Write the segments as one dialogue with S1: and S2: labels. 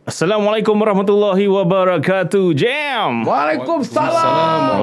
S1: Assalamualaikum warahmatullahi wabarakatuh. Jam.
S2: Waalaikumsalam.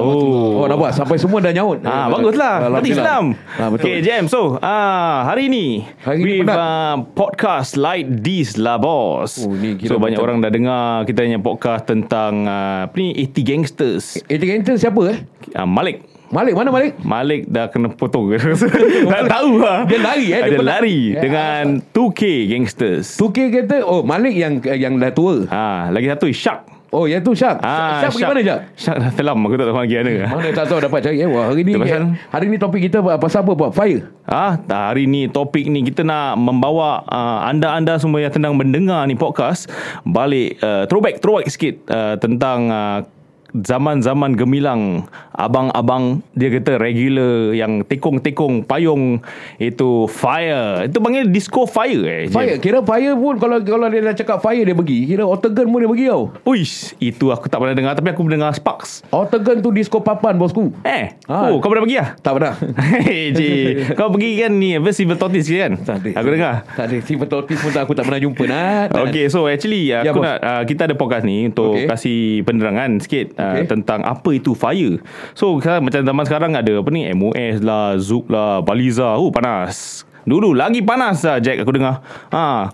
S2: Oh,
S1: Oh.
S2: nampak sampai semua dah nyaut.
S1: Ah, baguslah. Tadi Islam.
S2: Ah, betul.
S1: Okay, Jam. So, ah, hari ni
S2: Hari ni
S1: we
S2: penat.
S1: uh, podcast like this lah, bos.
S2: Oh, ni kira
S1: so banyak
S2: macam-
S1: orang dah dengar kita punya podcast tentang uh, apa ni 80 gangsters.
S2: Agent Enter siapa eh?
S1: Uh, Malik
S2: Malik mana Malik?
S1: Malik dah kena potong ke? tak tahu lah.
S2: Dia lari, eh?
S1: Dia,
S2: Dia pernah-
S1: lari
S2: Eh,
S1: dengan 2K gangsters.
S2: 2K kata oh Malik yang yang dah tua.
S1: Ah, lagi satu Shark.
S2: Oh, yang tu Syak.
S1: Ah,
S2: Syak pergi mana Syak?
S1: Syak dah telam Aku tak tahu lagi mana
S2: Mana tak tahu dapat cari eh. Wah, hari ni
S1: Itu pasal-
S2: hari ni topik kita pasal apa buat fire.
S1: Ah, tak, hari ni topik ni kita nak membawa uh, anda-anda semua yang sedang mendengar ni podcast balik uh, throwback throwback sikit uh, tentang uh, zaman-zaman gemilang abang-abang dia kata regular yang tekong-tekong payung itu fire itu panggil disco fire eh Jim.
S2: Fire kira fire pun kalau kalau dia dah cakap fire dia pergi. Kira Octagon pun dia pergi tau.
S1: Uish, itu aku tak pernah dengar tapi aku mendengar Sparks.
S2: Octagon tu disco papan bosku.
S1: Eh,
S2: Ah.
S1: oh kau pernah pergi ah?
S2: Tak pernah.
S1: Hei, Ji. Kau pergi kan ni apa Silver Tortoise kan? Aku dengar.
S2: Tak ada. Si Betotis pun tak- aku tak pernah jumpa nak. nak.
S1: Okay so actually
S2: Ya,
S1: aku
S2: bos.
S1: nak uh, kita ada podcast ni untuk okay.
S2: Okay.
S1: kasih penerangan sikit uh, okay.
S2: Okay.
S1: tentang apa itu fire. So sekarang- macam zaman sekarang ada apa ni MOS lah, Zook lah, Baliza. Oh panas. Dulu lagi panas lah Jack aku dengar. Ha.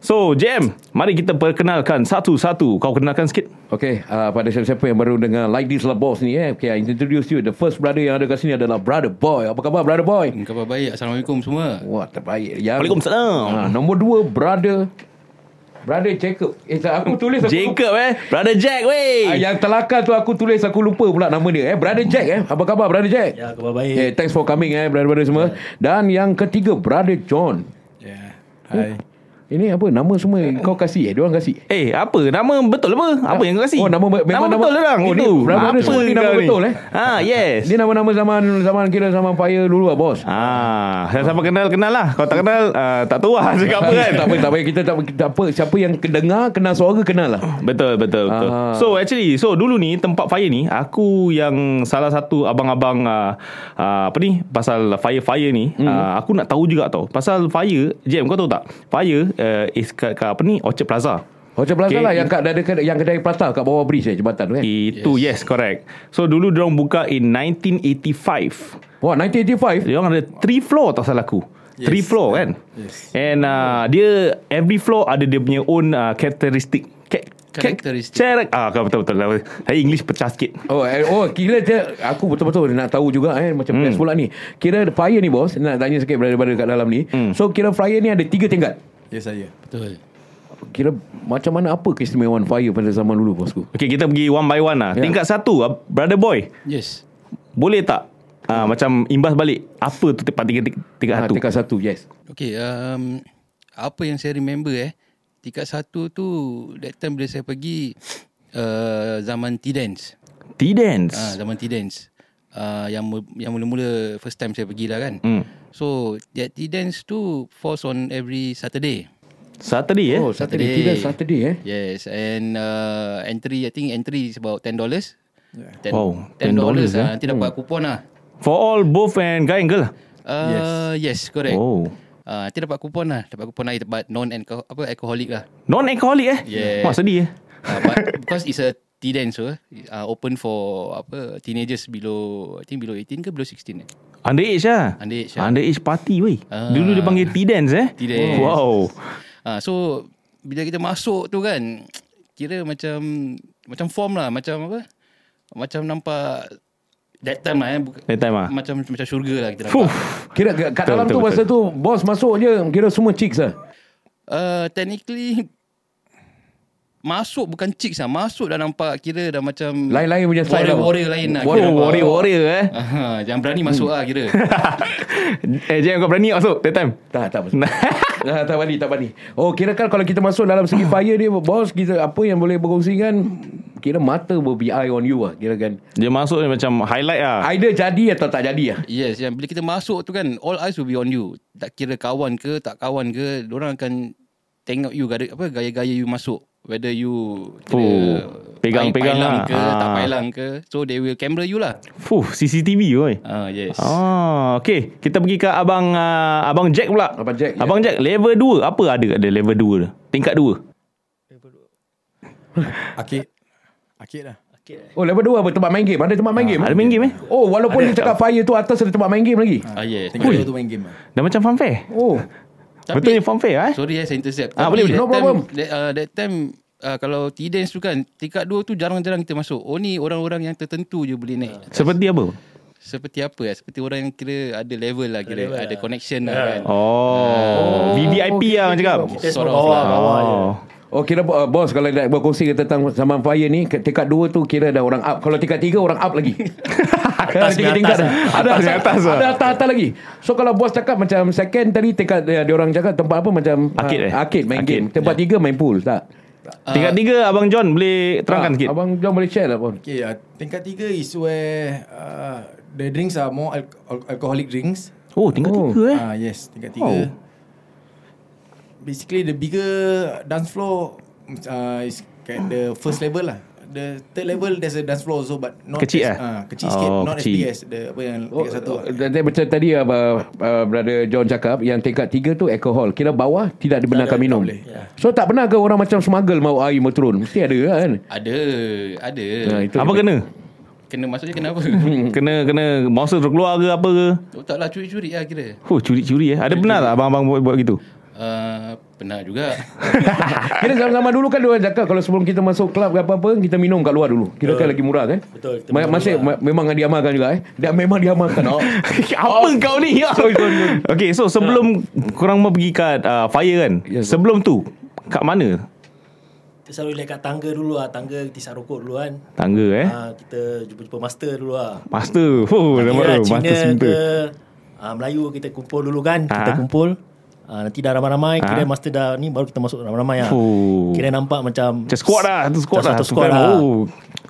S1: So Jam, mari kita perkenalkan satu-satu. Kau kenalkan sikit.
S2: Okay, uh, pada siapa-siapa yang baru dengar Like This Lah Boss ni eh. Okay, I introduce you. The first brother yang ada kat sini adalah Brother Boy. Apa khabar Brother Boy?
S3: Hmm, Khabar baik Assalamualaikum semua
S2: Wah, terbaik. Yang,
S1: Waalaikumsalam.
S2: Ah, nombor dua, Brother... Brother Jacob. Eh, tak, aku tulis... Aku
S1: Jacob eh. Brother Jack
S2: Ah,
S1: weh.
S2: yang telakar tu aku tulis aku lupa pula nama dia eh brother Jack eh apa khabar brother Jack
S3: Ya khabar baik
S2: eh thanks for coming eh brother-brother semua dan yang ketiga brother John Oh,
S3: yeah. Ya, Hai
S2: ini apa nama semua kau kasih eh dia orang kasih
S1: Eh apa nama betul apa? Apa yang kau kasi?
S2: Oh, nama be- memang
S1: nama,
S2: nama-
S1: betul orang
S2: Oh, ni
S1: itu.
S2: nama- nama- ni nama
S1: kau ni?
S2: betul, eh?
S1: Ah yes.
S2: ni nama-nama zaman zaman kira zaman fire dulu lah bos
S1: Ah, siapa kenal kenal lah. Kalau tak kenal uh, tak tahu lah cakap apa kan.
S2: tak apa, tak apa. Kita tak, tak apa. Siapa yang dengar, kenal suara, kenal lah.
S1: Betul betul betul.
S2: Ah.
S1: So actually so dulu ni tempat fire ni aku yang salah satu abang-abang uh, uh, apa ni pasal fire fire ni
S2: Hmm.
S1: mm. uh, aku nak tahu juga tau. Pasal fire, Jam kau tahu tak? Fire uh, is kat, kat apa ni Orchard Plaza.
S2: Hotel Plaza
S1: Okay.
S2: okay. lah yang kat ada kedai, yang kedai Prata kat bawah bridge eh, jembatan tu kan.
S1: Itu yes. yes correct. So dulu dia orang buka in 1985.
S2: Wah, 1985.
S1: Dia orang ada three floor tak salah aku. Yes. Three floor kan. Yes. And uh, dia every floor ada dia punya own uh, characteristic. Ca- ca-
S3: Characteristic.
S1: Cara ah kau betul betul lah. Saya English pecah sikit.
S2: Oh, eh, oh kira dia, aku betul-betul nak tahu juga eh macam hmm. pula ni. Kira fire ni bos, nak tanya sikit berada-berada kat dalam ni. Hmm. So kira fire ni ada tiga tingkat.
S4: Ya saya
S3: Betul
S2: Kira macam mana apa keistimewaan fire pada zaman dulu bosku?
S1: Okay kita pergi one by one lah.
S2: Ya.
S1: Yeah. Tingkat satu ah, brother boy.
S3: Yes
S1: Boleh tak Ah, macam imbas balik Apa tu tempat tiga, tiga, tiga
S2: Ha,
S1: satu
S2: tingkat satu, yes.
S3: Okay um, Apa yang saya remember eh Tingkat satu tu That time bila saya pergi uh, Zaman T-Dance
S1: T-dance
S3: Ah, zaman T-Dance. Ah, yang mu- yang mula-mula first time saya pergi lah kan. Mm. So, that T-Dance tu falls on every Saturday.
S1: Saturday eh
S2: Oh, Saturday. Kira Saturday eh.
S3: Yes, and uh, entry I think entry is about $10. Ten,
S1: Wow, $10,
S3: $10,
S1: eh?
S3: ah, nanti dapat kupon lah.
S1: For all both and guy and girl lah
S3: Uh, yes. yes, correct.
S1: Oh
S3: Ah, nanti dapat kupon lah, dapat kupon air dapat non alcohol apa alcoholic lah.
S1: Non-alcoholic eh
S3: Yeah.
S1: Wah sedih eh
S3: Uh, but because it's a T-Dance so, uh, open for apa teenagers below I think below 18 ke below 16 eh.
S1: Underage lah
S3: Underage lah.
S1: Underage party weh
S3: Ah.
S1: Dulu dia panggil T-dance eh
S3: T-dance.
S1: Wow
S3: Ha, so bila kita masuk tu kan kira macam macam form lah macam apa macam nampak that time lah eh, buka,
S1: That time ah.
S3: macam macam syurga lah kita
S1: Fuh.
S3: nampak.
S2: Kira kat kat
S1: Betul,
S2: dalam
S1: betul,
S2: tu masa tu bos masuk je kira semua chicks lah.
S3: Uh, technically masuk bukan chicks lah masuk dah nampak kira dah macam
S2: Lain-lain punya style lah.
S3: warrior-warrior lain lah
S1: Oh,
S3: kira nampak.
S1: warrior-warrior eh.
S3: Aha, jangan berani masuk lah kira
S1: eh, Jam kau berani masuk that time?
S2: Tak, tak masuk. Ah, tak balik, tak balik. Oh, kira kan kalau kita masuk dalam segi fire dia, bos, kita apa yang boleh berkongsi kan, kira mata will be eye on you lah, kira kan.
S1: Dia masuk ni macam highlight lah.
S2: Either jadi atau tak jadi lah.
S3: yes yang bila kita masuk tu kan all eyes will be on you tak kira kawan ke tak kawan ke orang akan tengok you gaya, apa gaya-gaya you masuk whether you kira
S1: Oh, pegang-pegang
S3: pailang
S1: lah.
S3: ke tak
S1: Ah.
S3: pailang ke so they will camera you lah
S1: Fuh, CCTV oi.
S3: ah yes
S1: Ah, okay. Kita pergi ke abang uh, abang Jack pula.
S2: Abang Jack, ya.
S1: Abang Jack level 2. Apa ada kat dia level 2 tu? Tingkat 2.
S4: Akid. Akid lah.
S2: Oh level 2 apa tempat main game? Ada tempat main game?
S1: Ada main game eh
S2: Oh walaupun dia cakap fire tu atas ada tempat main game lagi.
S3: Ah, yes.
S4: Tinggal dia tu main game lah.
S1: Dah macam fanfare
S2: Oh.
S3: Tapi-
S1: Betul ni fanfare eh
S3: Sorry eh, saya intercept.
S1: Ah,
S3: Tapi
S1: boleh, boleh.
S3: that
S2: No
S3: time-
S2: problem.
S3: That, uh, that time, uh, kalau T-Dance tu kan, tingkat 2 tu jarang-jarang kita masuk. Only orang-orang yang tertentu je boleh naik.
S1: Seperti apa
S3: Seperti apa eh? Seperti orang yang kira ada level lah kira.
S4: Level
S3: ada
S4: lah.
S3: connection
S5: Ya.
S3: lah kan.
S1: Oh, VVIP lah orang cakap
S4: Kita
S3: Sort
S4: semua
S3: of lah.
S4: bawah, bawah je.
S1: Oh
S2: Oh kira uh, bos kalau nak berkongsi tentang zaman fire ni ke- tingkat 2 tu kira dah orang up. Kalau tingkat 3 orang up lagi.
S4: Atas punya atas.
S2: Ada
S1: Atas punya atas lah.
S2: Ada atas-atas lagi. So kalau bos cakap macam second tadi tingkat eh, dia orang cakap tempat apa macam ah,
S1: Arcade eh?
S2: arcade main
S1: Arcade.
S2: game. Tempat 3 main pool tak?
S1: Tingkat tiga Abang John boleh terangkan
S2: Ah,
S1: sikit
S2: Abang John boleh share lah pun.
S4: Okay, uh, tingkat tiga is where uh, the drinks are more al- al- alcoholic drinks.
S1: Oh tingkat
S2: Oh.
S1: tiga eh
S4: Ah yes, tingkat tiga.
S1: Wow.
S4: Basically the bigger dance floor uh, is at the first level lah. The third level there's a dance floor also but not
S1: Kecil eh?
S4: as, ah, kecil sikit,
S1: Oh,
S4: not
S1: kecil.
S4: as big as the apa yang
S2: Oh,
S4: tingkat satu.
S2: oh,
S4: lah.
S2: tadi- macam tadi uh, uh, brother John cakap yang tingkat tiga tu alkohol. Kira bawah tidak dibenarkan
S4: Tak ada,
S2: minum.
S4: tak boleh, ya.
S2: So tak benar ke orang macam smuggle mau air merturun? Mesti ada kan?
S3: Ada, ada.
S2: Ah, itu
S1: Apa
S2: dia.
S1: kena
S3: Kena maksudnya kena apa?
S1: Kena kena Monster terkeluar ke apa ke
S3: oh, tak lah, curi-curi lah kira.
S1: Oh curi-curi eh Ada benar tak abang-abang buat, buat gitu
S3: Uh, pernah juga.
S2: Kira zaman-zaman dulu kan dia orang cakap kalau sebelum kita masuk club ke apa-apa kita minum kat luar dulu. Kira kan lagi murah kan?
S4: Betul, kita
S2: Ma-
S4: minum
S2: masih ma- memang diamalkan juga eh. Dan memang diamalkan. Oh.
S1: Apa kau ni ya?
S2: Sorry, sorry, sorry.
S1: Okay so sebelum Korang mau pergi kat uh, Fire kan
S2: Yes, sir.
S1: Sebelum tu Kat mana
S5: Kita selalu relax kat tangga dulu lah Tangga kita isap rokok dulu kan
S1: Tangga eh
S5: ha,
S6: Ah.
S5: Kita jumpa-jumpa master dulu lah
S1: Master Oh
S5: Kira
S6: lah,
S1: nama tu
S5: Cina
S1: Master Simper
S5: ke uh, Melayu kita kumpul dulu kan Kita
S1: Ah.
S5: kumpul uh, Nanti dah ramai-ramai Kira
S1: Ah.
S5: master dah ni Baru kita masuk ramai-ramai lah
S1: Oh.
S5: Kira nampak macam
S1: Macam squad lah Satu squad lah
S5: Satu squad
S1: Bukan,
S5: lah
S1: Oh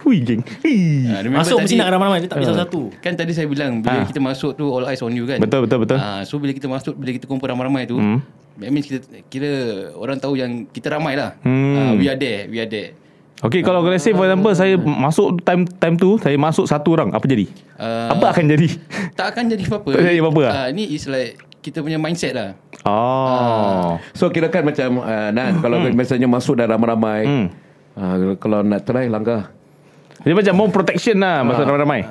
S1: Hui geng Hui.
S3: Ah, remember
S5: Masuk mesti
S3: tadi-
S5: nak ramai-ramai Dia tak boleh satu-satu
S3: Kan tadi saya bilang bila
S1: Ah.
S3: kita masuk tu all eyes on you kan.
S1: Betul, betul, betul.
S3: Ah, so bila kita masuk bila kita kumpul ramai-ramai tu, hmm. that means kita kira orang tahu yang kita ramai lah.
S1: Hmm.
S3: Ah, we are there, we are there.
S1: Okay kalau let's say for example Saya masuk time time tu Saya masuk satu orang Apa jadi
S3: Ah.
S1: Apa akan jadi
S3: Tak akan jadi apa-apa.
S1: Tak jadi apa-apa lah?
S3: Ah, ni is like kita punya mindset lah.
S1: Oh
S2: So kira kan macam uh, Nan kalau misalnya masuk dah ramai-ramai.
S1: Hmm.
S2: ah, kalau nak try langkah.
S1: Dia macam more protection lah Masa ramai-ramai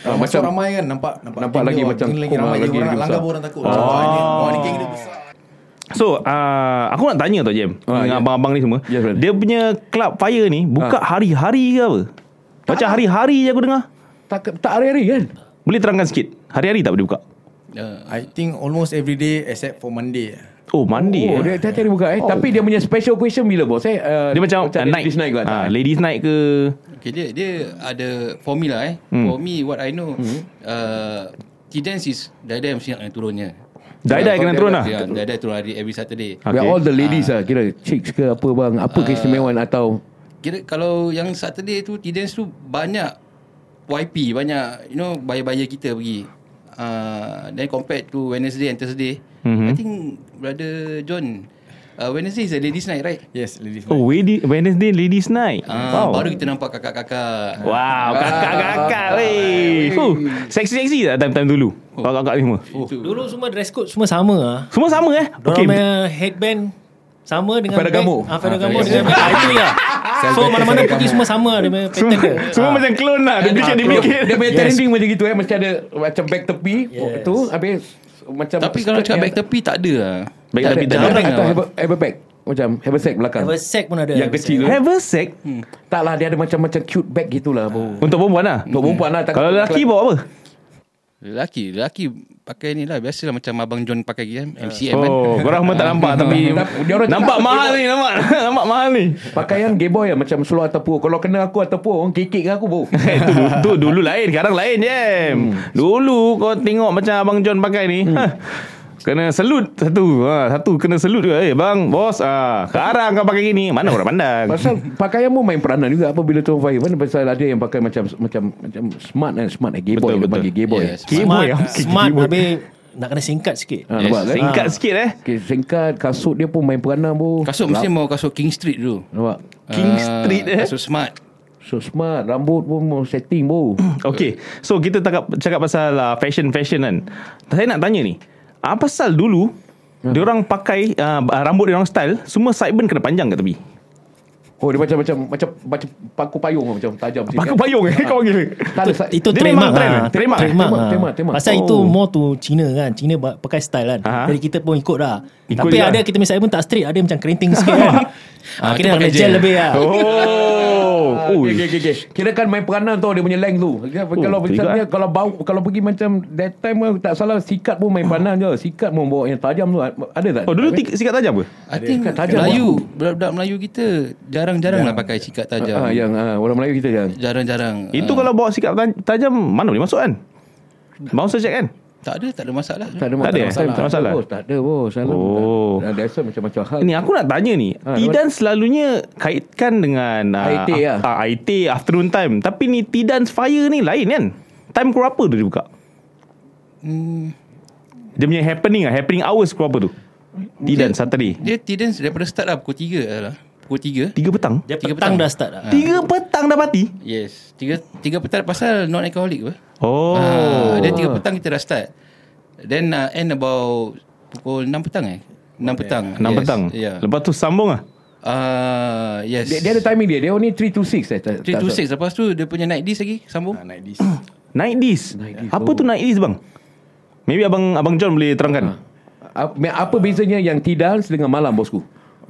S4: Ah,
S2: macam-
S4: macam ramai kan nampak nampak,
S2: Nampak
S4: geng
S2: lagi
S4: dia,
S2: macam
S4: geng lagi
S2: kong
S4: ramai
S2: lah,
S4: lagi
S2: lagi
S4: orang
S2: besar.
S4: langgar orang takut. Oh, oh ni geng dia besar.
S1: So uh, Aku nak tanya tau Jem
S2: Ah, ya.
S1: Dengan abang-abang ni semua
S2: Yes, Ah. brother.
S1: Dia punya Club fire ni Buka hari-hari ke apa Macam
S2: lah.
S1: hari-hari je aku dengar
S2: Tak tak hari-hari kan?
S1: Boleh terangkan sikit Hari-hari tak boleh buka
S3: Ah,
S4: I think almost every day except for Monday.
S1: Oh mandi
S2: Oh,
S1: eh.
S2: dia tiap-tiap dia buka eh. Tapi dia punya special question bila bos eh. Uh,
S1: Dia macam, uh, night,
S2: Ladies night juga.
S1: Ah,
S2: tak?
S1: Ladies night ke
S3: Okay, dia dia ada for me lah eh.
S1: Hmm.
S3: For me what I know uh, T-Dance is Daidai mesti nak kena turunnya
S1: Daidai kena turun lah
S3: Ya, Daidai turun hari Every Saturday
S2: We are all the ladies
S1: Ah.
S2: lah Kira chicks ke apa bang Apa keistimewaan atau
S3: Kira kalau yang Saturday tu T-Dance tu banyak YP Banyak you know Bayar-bayar kita pergi uh, Then compared to Wednesday and Thursday
S1: Mhm.
S3: I think Brother John uh, Wednesday is a ladies night right?
S4: Yes, ladies.
S1: Oh Wednesday, Wednesday ladies night
S2: Ah,
S1: Wow
S3: Uh, Baru kita nampak kakak-kakak
S1: Wow Kakak-kakak Weh Huh, Seksi-seksi tak time-time dulu
S2: Oh.
S1: Kakak-kakak ni semua
S5: Dulu semua dress code semua sama
S6: ah.
S5: lah
S1: Semua sama eh
S5: Diorang punya headband sama dengan
S2: Ferragamo.
S5: bag. Ah, Ferragamo
S3: Ah,
S5: dengan bag. Ah, Itu ya. So mana-mana pergi semua sama dia punya pattern
S1: Semua,
S5: dia.
S1: semua
S5: Ah.
S1: macam clone lah Dia bikin dia bikin
S2: Ah, Dia punya trending macam gitu eh Mesti ada Macam back tepi
S5: Yes.
S2: Tu Habis Macam
S3: Tapi kalau cakap back tepi tak ada lah
S1: Back
S2: Tak ada
S1: tapi tak
S2: Jarang
S1: ada
S2: atau
S3: lah.
S2: have- have a back Macam have a sack
S6: Ah,
S2: belakang
S5: Haversack pun ada.
S2: Yang
S5: haversack.
S2: kecil tu
S1: Have a sec
S2: Tak lah dia ada macam-macam cute bag gitulah bro.
S1: Untuk perempuan lah
S2: Untuk perempuan lah tak-
S1: Kalau lelaki bawa apa?
S3: Lelaki Lelaki pakai ni lah Biasalah macam Abang John pakai kan MCM
S2: Ah.
S3: kan
S1: Oh, korang semua tak nampak tapi
S2: Tapi dia orang cakap-
S1: nampak mahal ni, nampak nampak mahal ni.
S2: Pakaian gay boy lah Macam seluar tepuk Kalau kena aku tepuk Orang kekek ke aku bro
S1: Eh, tu, du- tu dulu lain, sekarang lain je. Dulu kau tengok macam abang John pakai ni. Ha, kena selut satu. Ha, satu kena selut juga. Eh, bang, bos, ah, sekarang kau pakai gini, mana orang pandang.
S2: Pasal pakaian pun main peranan juga apabila tuan Fahim kan pasal ada yang pakai macam macam macam smart kan smart eh gay boy
S1: Betul,
S2: dia
S1: betul.
S2: panggil gay boy.
S3: Yes.
S5: Smart,
S1: Keyboard, okay,
S5: smart
S1: keyboard.
S5: habis nak kena singkat sikit.
S2: Ha,
S3: Yes.
S2: nampak kan?
S1: Singkat sikit eh.
S2: Okay, singkat kasut dia pun main peranan bu.
S3: Kasut mesti mau kasut King Street dulu
S2: Nampak?
S1: King
S3: Ah,
S1: Street, eh?
S3: Kasut smart
S2: So smart Rambut pun mau setting bu
S1: Okay So kita cakap, cakap pasal uh, Fashion-fashion kan Saya nak tanya ni Apa pasal ah, dulu Diorang pakai uh, Rambut diorang style Semua sideburn kena panjang kat tepi
S2: Oh dia macam macam macam macam paku payung lah, macam tajam sikit.
S1: Pakai payung eh kau panggil.
S2: Tak ada sa-
S6: Itu
S1: Dia
S6: trademark lah.
S1: memang trend, trademark,
S2: Trademark,
S1: eh?
S2: trademark,
S6: Trademark
S2: trademark.
S6: lah. Pasal
S1: Oh.
S6: itu more to China kan. China ba- pakai style kan.
S1: Aha.
S6: Jadi kita pun ikut lah.
S1: Ikut
S6: Tapi
S1: juga.
S6: ada kita misalnya pun tak straight. Ada macam kerinting sikit kan. Ah,
S3: Ah, tu
S6: kita
S3: pakai
S6: pakai
S3: gel.
S6: gel lebih lah.
S1: Oh.
S2: Ah,
S1: Ui.
S2: okay, okay, okay. Kira kan main peranan tau dia punya length tu. Dia, oh, kalau
S1: tiga,
S2: misalnya
S1: eh?
S2: kalau bau kalau pergi macam that time pun tak salah sikat pun main peranan je. Sikat pun bawa yang tajam tu ada tak?
S1: Oh dulu tik- sikat tajam ke?
S3: I think
S2: Kan tajam
S3: Melayu Budak-budak Melayu kita Jarang-jarang lah pakai sikat tajam
S2: Ah, yang ah, orang Melayu kita yang.
S3: Jarang-jarang
S1: Itu
S3: Ah,
S1: kalau bawa sikat tan- tajam mana boleh masuk kan? Bouncer check kan?
S3: Ah, Tak ada Tak ada masalah
S2: Tak ada,
S1: Tak ada, eh?
S2: masalah.
S1: Tak masalah.
S2: Bos, tak ada bos. Salah.
S1: Oh.
S2: Tak ada Ah, asal macam-macam hal.
S1: Ni aku nak tanya ni.
S2: Ah,
S1: Tidan selalunya kaitkan dengan ah,
S2: IT lah.
S1: ah, IT afternoon time. Tapi ni Tidan's Fire ni lain kan? Time pukul berapa tu dia buka?
S3: Hmm,
S1: Dia punya happening ah, happening hours pukul berapa tu? Tidan Saturday.
S3: Dia tidance daripada start lah Pukul 3 lah Pukul 3
S1: 3 petang.
S6: Dia petang
S3: Tiga petang.
S6: dah start lah.
S1: 3 petang dah mati.
S3: Yes 3 3 petang pasal non-alcoholic apa
S1: Oh.
S3: Ah, Dia 3 petang kita dah start Then uh, end about Pukul 6 petang eh 6 petang
S1: 6 petang.
S3: yeah.
S1: Lepas tu sambung ah.
S3: Ah, Yes
S2: Dia, dia ada timing dia. Dia only 3 to 6 eh.
S3: 3 to 6 Lepas tu dia punya night disc lagi Sambung
S4: Ah, Naik dis
S1: Night Oh. dis. Apa tu night dis bang? Maybe abang abang John boleh terangkan.
S2: Ah, Apa bezanya yang tidance dengan malam bosku?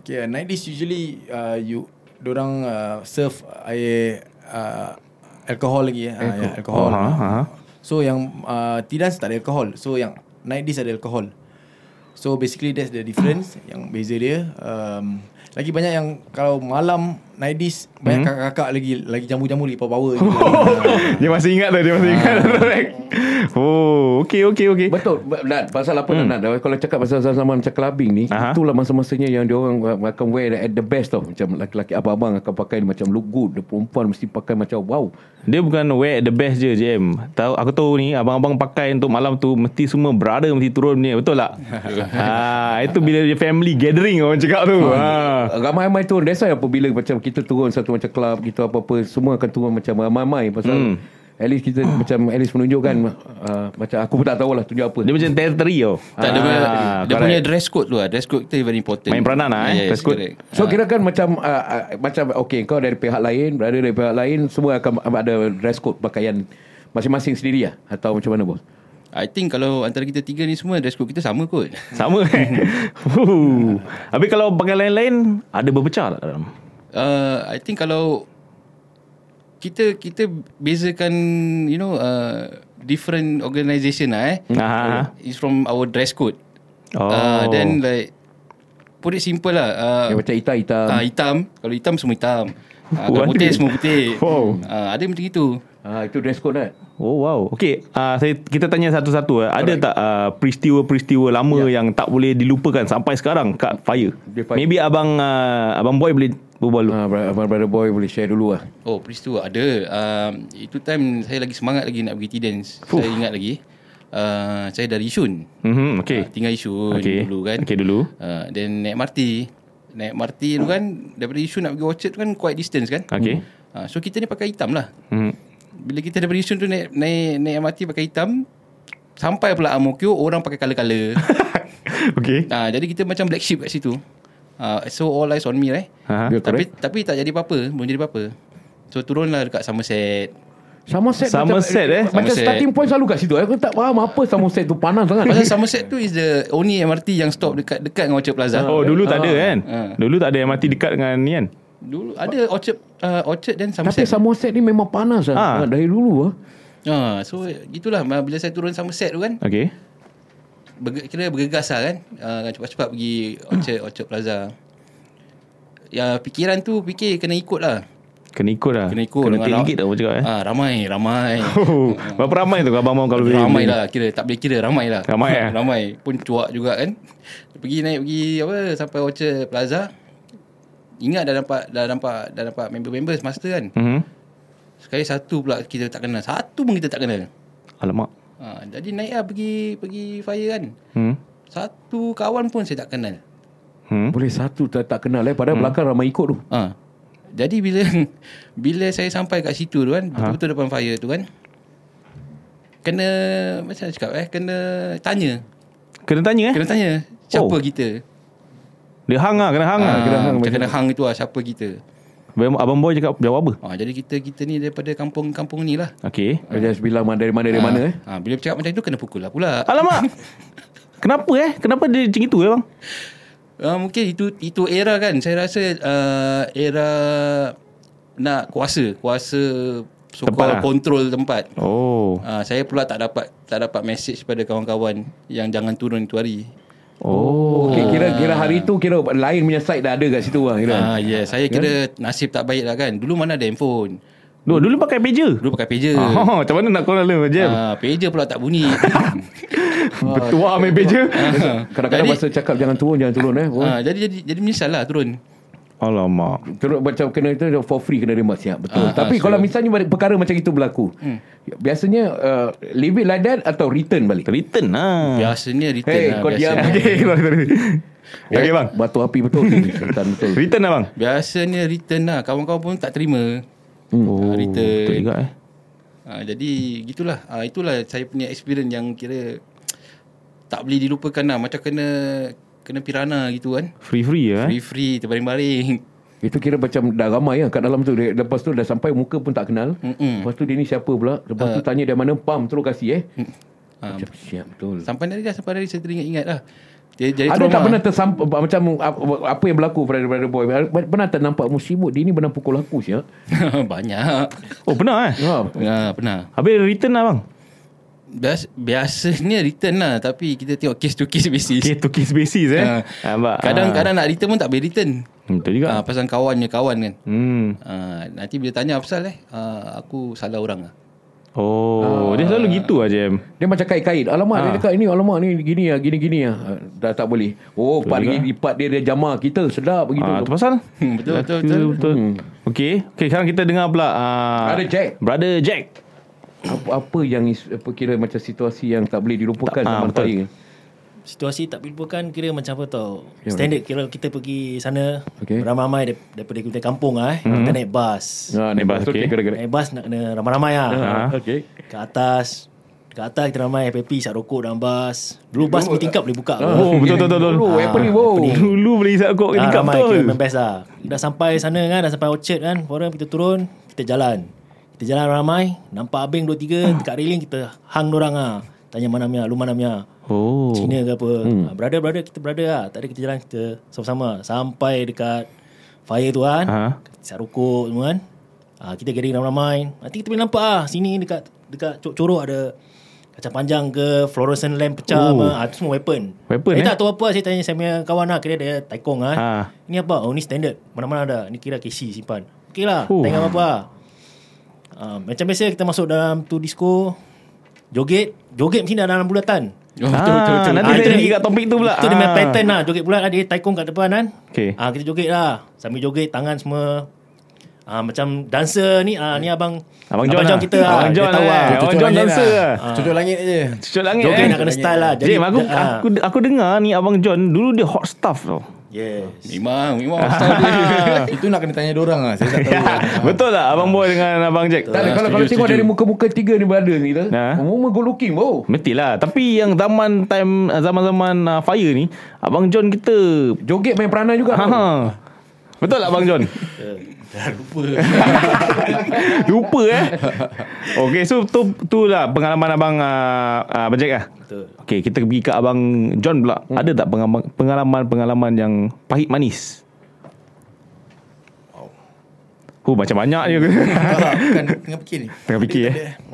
S4: Okay, uh, night dish usually uh, you dorang uh, serve air uh, alkohol lagi eh. Ah, ya, alkohol.
S1: Aha, aha.
S4: So yang uh, tidans tak ada alkohol. So yang night dish ada alkohol. So basically that's the difference yang beza dia. Um, lagi banyak yang kalau malam night dish banyak kakak-kakak lagi lagi jamu-jamu lagi power-power. gitu.
S1: dia masih ingat tu, dia masih ingat. oh, okey okey okey.
S2: Betul Ba- Nat Pasal apa hmm. Nat Kalau cakap pasal zaman-zaman Macam clubbing ni Aha.
S1: Aha.
S2: Itulah masa-masanya Yang dia orang uh, Akan wear at the best tau Macam lelaki-lelaki abang-abang Akan pakai macam look good Dia perempuan mesti pakai macam wow
S1: Dia bukan wear the best je JM tahu, Aku tahu ni Abang-abang pakai untuk malam tu Mesti semua brother Mesti turun ni Betul tak? ha, itu bila dia family gathering Orang cakap tu ha.
S2: uh, Ramai-ramai turun That's why apabila Macam kita turun Satu macam club Kita apa-apa Semua akan turun macam ramai-ramai Pasal hmm. At least kita macam At least menunjukkan uh, Macam aku pun tak tahulah Tunjuk apa
S1: Dia macam territory tau
S3: Tak ada punya, dia
S1: Ah, correct.
S3: punya dress code tu lah. Dress code kita very important.
S1: Main peranan lah, eh,
S3: Yes,
S1: dress code.
S3: correct.
S2: So kira kan macam uh, uh, macam okey kau dari pihak lain, berada dari pihak lain, semua akan ada dress code pakaian masing-masing sendiri lah atau macam mana bos?
S3: I think kalau antara kita tiga ni semua dress code kita sama kot.
S1: Sama eh Huh. Habis kalau pakai lain-lain Ada berpecah tak dalam?
S3: Uh, I think kalau kita kita bezakan you know uh, different organisation lah eh.
S1: Hmm. Ha, Aha.
S3: It's from our dress code.
S1: ah, Oh. Ya,
S3: Uh, then like put it simple lah. Uh,
S2: Yang macam hitam-hitam.
S3: Ah, hitam. Kalau hitam semua hitam. Ah, kalau
S1: Waduh.
S3: putih semua putih.
S1: Wow.
S3: Ah, ada macam itu.
S2: Ah itu dress code kan.
S1: Oh wow Okay uh, saya, Kita tanya satu-satu eh. Ada tak uh, peristiwa-peristiwa lama
S3: Ya.
S1: yeah. Yang tak boleh dilupakan Sampai sekarang Kat Fire
S2: Dia Fire.
S1: Maybe abang uh, Abang Boy boleh berbual dulu
S2: Ah brother, brother boy boleh share dulu lah.
S3: Oh, peristiwa ada. Um, itu time saya lagi semangat lagi nak pergi T-Dance. Saya ingat lagi. Uh, saya dari Yishun.
S1: mm-hmm, Okay
S3: Okay. tinggal
S1: Okay.
S3: Yishun okay. dulu kan.
S1: Okay, dulu.
S3: Uh, then naik MRT. Naik MRT dulu kan. Daripada Yishun nak pergi Orchard tu kan quite distance kan.
S1: Okay.
S3: Uh, so kita ni pakai hitam lah.
S1: mm.
S3: Bila kita daripada Yishun tu naik, naik, naik MRT pakai hitam. Sampai pula Amokyo orang pakai colour-colour.
S1: Okay
S3: Ah, jadi kita macam black sheep kat situ. Ah, so all eyes on me right.
S1: Ha?
S2: Ya,
S3: tapi tapi tak jadi apa-apa, belum jadi apa-apa. So turunlah dekat Somerset.
S2: Sama set
S1: Sama set, eh?
S2: Macam
S3: Sama set.
S2: starting point selalu kat situ. Aku tak faham apa sama set tu panas sangat.
S3: Pasal Somerset tu is the only MRT yang stop dekat dekat dengan Orchard Plaza.
S1: Oh dulu tak ada kan
S3: Ah.
S1: Dulu tak ada MRT dekat dengan ni kan
S3: Dulu ada Orchard uh, Orchard dan
S2: Tapi
S3: Somerset.
S2: sama set ni memang panas lah.
S1: Ah.
S2: Ah. Dari dulu lah.
S3: Ah, so gitulah Ma- bila saya turun Somerset tu kan,
S1: Okay
S3: berge, kira bergegas lah kan. Ah, cepat-cepat pergi Orchard Orchard Plaza. Ya fikiran tu fikir kena ikut lah.
S1: Kena ikut lah
S3: Kena ikut
S1: Kena
S3: dengan
S1: ringgit
S3: ra-
S1: tau cakap eh
S3: Ah, ramai, ramai.
S1: Oh, Berapa ramai tu abang mau kalau boleh
S3: ramai
S1: beli?
S3: lah kira tak boleh kira ramai lah
S1: Ramai, eh?
S3: ramai pun cuak juga kan pergi naik pergi apa sampai Orchard Plaza ingat dah nampak dah nampak dah nampak member-member semasa tu kan
S1: Mhm.
S3: sekali satu pula kita tak kenal satu pun kita tak kenal
S1: Alamak
S3: ha, jadi naik lah pergi pergi fire kan
S1: hmm.
S3: satu kawan pun saya tak kenal
S1: Hmm.
S2: Boleh satu tak, tak kenal eh. Padahal belakang ramai ikut tu.
S3: ha. jadi bila bila saya sampai kat situ tu kan
S1: Ha.
S3: betul-betul depan fire tu kan kena macam mana cakap eh kena tanya
S1: Kena tanya eh
S3: kena tanya siapa
S1: Oh.
S3: kita
S1: Dia hang lah Kena hang lah
S3: Ah,
S2: kena hang
S3: macam
S2: macam
S3: kena hang itu lah siapa kita.
S1: Abang- Abang Boy cakap jawab apa?
S3: Ha, jadi kita kita ni daripada kampung-kampung ni lah.
S1: Okay.
S2: Dia just bilang mana- dari mana dari mana eh.
S3: Ha, bila bercakap macam tu kena pukul lah pula.
S1: Alamak. Kenapa eh? Kenapa dia macam itu eh bang?
S3: Uh, mungkin itu itu era kan. Saya rasa uh, era nak kuasa, kuasa
S1: Tempat
S3: sokong
S1: lah.
S3: kontrol tempat.
S1: Oh.
S3: Uh, saya pula tak dapat tak dapat message pada kawan-kawan yang jangan turun itu hari.
S1: Oh.
S2: Okay, kira kira hari tu kira lain punya side dah ada kat situ lah kira.
S3: Ah ya, yeah. saya kira nasib tak baik lah kan. Dulu mana ada handphone.
S1: Dulu, dulu pakai pager.
S3: Dulu pakai pager.
S2: Ah,
S1: Oh, macam mana nak call lah
S2: ya.
S1: Jam?
S3: Ah, pager pula tak bunyi.
S1: Bertuah main pager.
S2: Kadang-kadang
S3: Ah, Jadi-
S2: masa cakap jangan turun jangan turun eh. Oh.
S3: ah, jadi jadi jadi menyesal lah turun.
S1: Alamak.
S2: Terus macam kena itu for free kena remote siap betul.
S3: Ah,
S2: Tapi
S3: ah,
S2: kalau
S3: so-
S2: misalnya balik- perkara macam itu berlaku. Biasanya uh, leave it like that atau return balik.
S1: Return lah.
S3: Biasanya return
S2: Hey,
S3: lah
S2: kau
S3: biasa.
S2: diam.
S1: Okay, sorry, sorry. okay bang.
S2: Batu api betul. Return betul.
S1: Return lah bang.
S3: Biasanya return lah Kawan-kawan pun tak terima oh, Return
S1: Hmm. Betul juga eh.
S3: Ah, Jadi gitulah Ah, Itulah saya punya experience yang kira Tak boleh dilupakan lah Macam kena Kena pirana gitu kan
S1: Free-free lah eh.
S3: Free-free terbaring-baring
S2: Itu kira macam dah ramai lah kat dalam tu. Dia- Lepas tu dah sampai muka pun tak kenal. Mm-mm. Lepas tu dia ni siapa pula? Lepas tu tanya dari mana pam terus kasih eh.
S3: Ah,
S2: Macam siap betul.
S3: Sampai dari dah Sampai dari saya teringat-ingat lah Dia jadi
S2: Ada tak
S3: trauma.
S2: pernah tersampai macam ap- apa yang berlaku pada pada boy? Pernah tak nampak musibut dia ni benar pukul aku siap.
S3: Banyak
S1: Oh, pernah eh.
S2: Ha.
S3: ah, Pernah
S1: Habis return lah bang.
S3: Bias, Biasanya return lah Tapi kita tengok case to case basis
S1: Case to case basis eh.
S3: Ah,
S1: Nampak?
S3: Kadang-kadang nak return pun tak boleh return
S1: Ah. Betul juga.
S3: Ah, Pasal kawannya kawan kan
S1: Hmm.
S3: Uh, nanti bila tanya pasal eh uh, aku salah orang lah.
S1: Oh,
S3: Ah.
S1: dia selalu gitu lah Jam.
S2: Dia macam kait-kait. Alamak ha. dia dekat ini, alamak ni gini ah, gini-gini ah. Ah, Dah tak boleh. Oh, part
S1: juga.
S2: gini, part dia dia jama kita sedap begitu.
S1: Ah, tu pasal.
S3: betul, betul, Hmm.
S1: Betul betul. betul. Okey, okey sekarang kita dengar pula uh,
S2: Brother Jack.
S1: Brother Jack.
S2: apa, apa yang is- apa kira macam situasi yang tak boleh dilupakan
S1: Tak- ah,
S2: zaman
S1: betul.
S2: saya.
S6: Situasi tak dilupakan kira macam apa tau.
S1: Ya,
S6: Standard kira kita pergi sana
S2: Okey.
S6: ramai-ramai dar- daripada kita kampung ah. Eh. Kita naik bas.
S2: Ha, ni
S1: Ni
S2: pasal
S1: bas, Mhm. Ya, okey.
S2: okay. kira-kira.
S6: Naik bas nak kena ramai-ramai ah.
S1: Ah.
S2: Okey.
S6: Ke atas Ke atas kita ramai Pepi isap rokok dalam bas Dulu bas punya tingkap boleh buka ah,
S1: Oh, betul betul betul. betul.
S2: Dulu
S1: Ah.
S2: apa ni wow.
S1: Dulu beli isap kok ni
S6: eh. Ramai
S1: betul.
S6: kira main best lah Dah sampai sana kan Dah sampai Orchard kan Orang kita turun Kita jalan Kita jalan ramai Nampak abeng
S1: Ah.
S6: 2-3 Dekat railing kita Hang dorang ah Tanya mana Mia Lu mana Mia
S1: Oh.
S6: Cina ke apa hmm. Brother brother Kita brother lah Tak ada kita jalan kita Sama-sama Sampai dekat Fire tu kan
S1: Ha.
S6: Isap rokok semua kan ha, Kita gathering ramai-ramai Nanti kita boleh nampak lah Sini dekat Dekat corok-corok ada Kacang panjang ke Fluorescent lamp pecah
S1: Oh.
S6: oh. ha, Itu semua weapon
S1: Weapon,
S6: Saya
S1: eh?
S6: tak tahu apa Saya tanya saya punya kawan lah Kira dia taikong lah
S1: Ha.
S6: ha. Ini apa? Oh ni standard Mana-mana ada Ni kira KC simpan Okey lah
S1: Oh.
S6: oh. Tak ingat apa-apa lah. ha, Macam biasa kita masuk dalam tu disco Joget Joget mesti dah dalam bulatan
S3: Oh,
S1: betul, betul, betul. Nanti
S6: Ah,
S1: saya
S6: itu
S1: lagi
S6: dia-
S1: kat topik tu pula.
S6: Itu dia main
S1: Ah.
S6: pattern lah Joget bulat lah Dia taikung kat depan kan
S1: Okey.
S6: ah, Kita joget lah Sambil joget Tangan semua ah, Macam dancer ni ah, Ni abang
S1: Abang John.
S6: John
S1: lah.
S6: kita lah
S1: Abang
S6: Dia
S1: John.
S6: tahu
S1: eh.
S6: lah
S1: Abang
S4: Cucuk
S1: John
S4: langit
S1: dancer
S4: lah.
S1: lah.
S4: Cucuk langit je
S1: Cucuk langit
S6: Joget
S1: eh.
S6: nak kena style lah Jadi
S1: Jim, aku,
S6: ah,
S1: aku aku dengar ni abang John dulu dia hot stuff tau.
S6: Yes
S3: Memang memang style dia.
S4: Itu nak kena tanya dorang lah Saya tak tahu
S1: Betul tak abang boy dengan abang Jack?
S2: Tak ada kalau kalau tengok dari muka-muka tiga ni berada ni tu.
S1: Ha.
S2: Umum good looking bro.
S1: Mestilah lah. Tapi yang zaman time Zaman-zaman uh, fire ni Abang John kita
S2: Joget main peranan juga.
S1: ha,
S2: tau.
S1: Betul tak Abang John? Dah lupa Lupa eh Okay so tu, tu lah pengalaman Abang uh, uh, Abang Jack lah
S6: Betul.
S1: Okay kita pergi ke Abang John pula hmm. Ada tak pengalaman- pengalaman-pengalaman yang pahit manis? Oh macam banyak je
S4: Tak tak Bukan tengah fikir ni
S1: Tengah fikir eh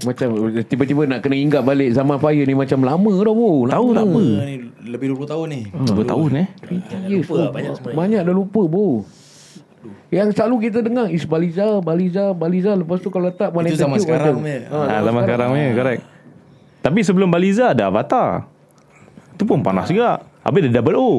S2: Macam tiba-tiba nak kena ingat balik zaman fire ni macam lama dah bro.
S1: Tahu tak apa
S4: Ni Lebih 20 tahun ni
S1: 2 tahun eh
S2: Yes,
S6: lupa lah,
S2: oh,
S6: banyak sebenarnya.
S2: Banyak dah lupa bro. Yang selalu kita dengar is Baliza, Baliza, Baliza. Lepas tu kalau tak
S4: Itu zaman sekarang ni
S2: Ha,
S1: Ah, zaman sekarang ni correct. Tapi sebelum Baliza ada Avatar. Tu pun panas juga. Habis ada double O.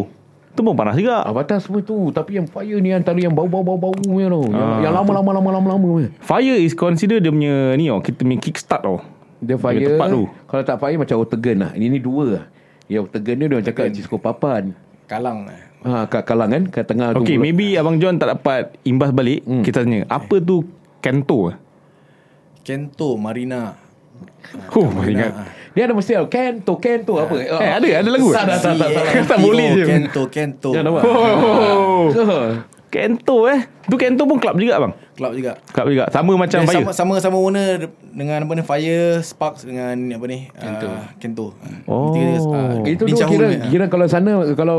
S1: Tu pun panas juga.
S2: Avatar Ah, semua tu Tapi yang fire ni Antara yang bau-bau-bau-bau punya tau Yang,
S1: Ah.
S2: yang lama-lama-lama-lama punya
S1: Fire is consider dia punya ni oh, kita punya kickstart oh.
S2: Dia fire
S1: Dia tepat tu.
S2: Kalau tak fire macam Otegan lah Ini ni dua lah Yang Otegan ni dia orang cakap Cisco Papan
S4: Kalang lah
S2: ha, Kat Kalang kan Kat tengah tu
S1: Okay,
S2: pula.
S1: maybe Abang John tak dapat imbas balik. Hmm. Kita tanya, apa tu Kanto?
S4: Kento Marina
S1: Oh, my god.
S2: Dia ada mesti Kento Kento apa
S1: Eh, ada ada lagu.
S4: Tak
S1: tak boleh je.
S2: Ya,
S4: Kento Kento
S1: Oh, oh, oh.
S2: So,
S1: Kento eh. Tu Kento pun club juga bang.
S4: Club juga
S1: Club juga. Sama macam
S4: Dan
S1: Fire.
S4: sama, sama sama owner dengan apa ni Fire Sparks dengan apa ni Kento uh, Kento
S1: Oh.
S4: uh,
S2: Itu dua kira kira kalau sana kalau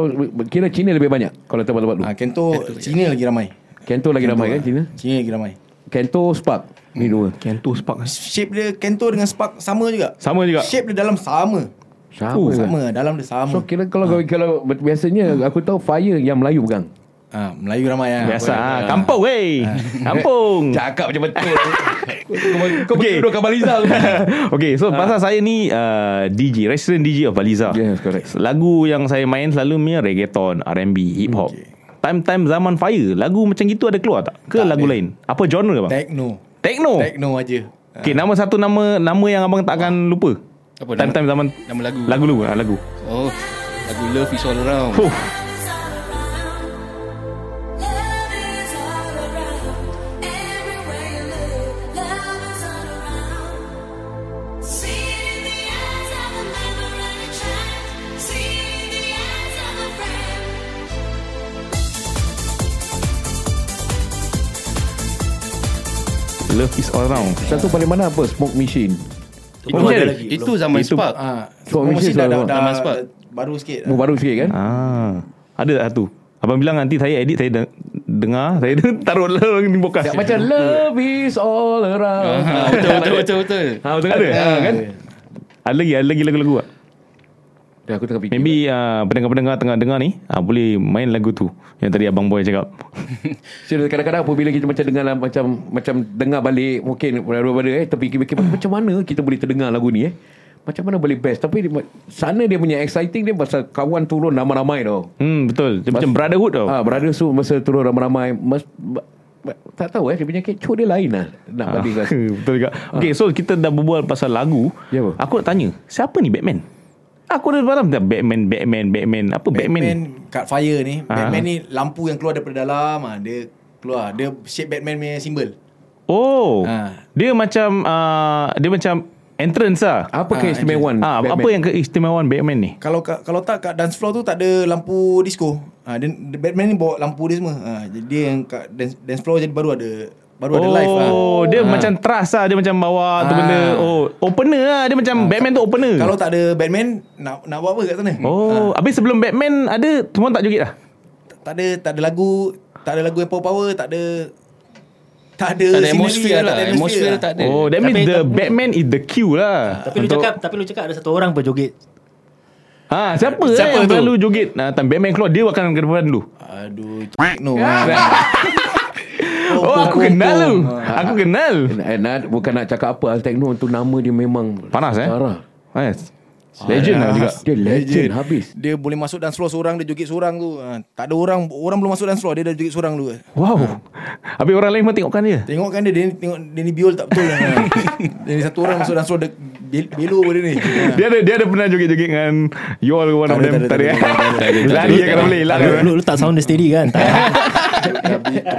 S2: kira Cina lebih banyak kalau tempat-tempat tu.
S4: uh, Kento Cina lagi ramai
S2: Kento lagi ramai
S4: lah.
S2: kan Cina?
S4: Cina lagi ramai
S2: Kento Spark ni dua.
S1: Kento Spark.
S4: Shape dia Kento dengan Spark sama juga
S1: Sama juga.
S4: Shape dia dalam sama
S2: Sama.
S1: Oh,
S2: kan?
S4: Sama Dalam dia sama
S2: So kira kalau kalau biasanya aku tahu fire yang Melayu pegang.
S4: Ah, Melayu ramai lah
S1: Biasa. ah. Kampung weh. Kampung.
S2: Cakap macam betul. kau
S1: Okay.
S3: kan.
S2: duduk kat Baliza.
S1: okay, so pasal saya ni uh, DJ, resident DJ of Baliza.
S2: Yes, correct.
S1: Lagu yang saya main selalu punya reggaeton, R&B, hip hop. Okay. Time-time zaman fire, lagu macam gitu ada keluar tak? Ke lagu lain? Apa genre bang?
S4: Techno
S1: Techno.
S4: Techno aja
S1: Okay, nama satu nama nama yang abang takkan lupa.
S3: Apa nama-
S1: Time-time zaman
S3: nama lagu?
S1: Lagu lu, ah, lagu.
S3: Oh, lagu Love Is All Around.
S1: Huh.
S7: Love is all around, everywhere you look. Love is all around. See it in the eyes of a lover and a child. See it in the eyes of a friend.
S1: Love is all around.
S2: Satu paling mana apa? Smoke machine.
S3: Itu,
S1: Oh, ada
S3: ada,
S1: lagi.
S3: itu zaman
S1: Itu-
S3: Spark.
S4: Ah,
S2: So,
S4: semua
S2: mesti
S4: mesti dah, dah,
S2: selalu-
S4: dah,
S3: Dalam aspak.
S4: baru sikit.
S2: Oh, baru sikit kan?
S1: Ah. Ada tak satu? Abang bilang nanti saya edit saya deng- dengar, saya taruh dalam ni podcast.
S2: Tak, macam love is all around. Ah,
S3: Ah, betul, betul, betul, betul.
S1: Ha, betul ada. Ha, kan? Ada lagi, ada lagi lagu-lagu tak?
S2: Dah aku tengah fikir.
S1: Maybe uh, pendengar-pendengar tengah dengar ni uh, Boleh main lagu tu Yang tadi Abang Boy cakap
S2: Serius kadang-kadang apabila kita macam dengar lah, macam macam dengar balik mungkin daripada eh terfikir-fikir macam
S1: Hmm.
S2: mana kita boleh terdengar lagu ni eh. Macam mana boleh best Tapi dia- sana dia punya exciting dia Pasal kawan turun ramai-ramai tau
S1: Hmm betul Dia macam brotherhood tau
S2: ha, Brother tu masa turun ramai-ramai mas, ba- ba- Tak tahu eh Dia punya kecoh dia lain lah Nak
S1: Ah,
S2: bandingkan
S1: Betul juga Okay so kita dah berbual pasal lagu
S2: Ya, apa?
S1: Aku nak tanya Siapa ni Batman? Aku dah faham dah Batman, Batman, Batman Apa Batman,
S4: Batman
S1: Batman.
S4: kat fire ni,
S1: Ah.
S4: Batman ni lampu yang keluar daripada dalam, ah, dia keluar. Dia shape Batman punya simbol.
S1: Oh
S4: Ah.
S1: Dia macam uh, Dia macam Entrance lah
S2: Apa
S4: Ah,
S2: keistimewaan
S1: Ah,
S2: Batman?
S1: apa yang keistimewaan Batman ni?
S4: Kalau kat- kalau tak kat dance floor tu tak ada lampu disco. Ah, dia, dia- Batman ni bawa lampu dia semua. Ah, jadi dia yang kat dance, dance floor jadi baru ada baru ada live ah.
S1: Oh, dia macam trust lah Dia macam bawa tu
S4: Ah.
S1: benda Oh, opener lah Dia macam Batman tu opener
S4: Kalau tak ada Batman nak nak buat apa kat sana?
S1: Oh, habis sebelum Batman ada semua tak joget lah.
S4: Tak- Tak ada tak ada lagu, tak ada lagu yang power-power, tak ada tak
S3: Tak ada
S4: ada, scenery
S3: atmosphere lah. Atmosphere
S4: lah.
S3: tak ada.
S1: Oh, that means the Batman is the Q lah.
S5: Tapi lu cakap Tapi lu cakap ada satu orang berjoget
S1: Ha, siapa,
S4: Siapa
S1: siapa eh, yang
S4: tu?
S1: selalu joget? Nah, time Batman keluar dia akan ke depan dulu.
S4: Aduh, no. ah.
S1: Oh, aku kenal lu. Aku kenal.
S2: Eh, nak, Bukan nak cakap apa Al Techno tu nama dia memang
S1: Panas eh.
S2: Parah
S1: Yes.
S2: Ah,
S1: Legend lah juga.
S2: Dia legend habis
S4: Dia boleh masuk dance floor seorang Dia joget seorang tu ha, Tak ada orang Orang belum masuk dance floor Dia dah joget seorang dulu
S1: Wow. Habis orang lain pun tengokkan dia.
S4: Tengokkan dia Dia ni, tengok, dia ni biol tak betul lah. Dia ni satu orang masuk dance floor Dia bel- belo pun dia ni Ha,
S1: Dia ada dia ada pernah joget-joget dengan Yol ke one
S4: Tak
S1: of
S4: ada,
S1: them
S4: tak ada,
S1: tadi. eh?
S4: tak ada, tak ada, tak ada.
S1: Lari kalau boleh, lari.
S6: Lu, lu, lu tak sound dia steady kan tak,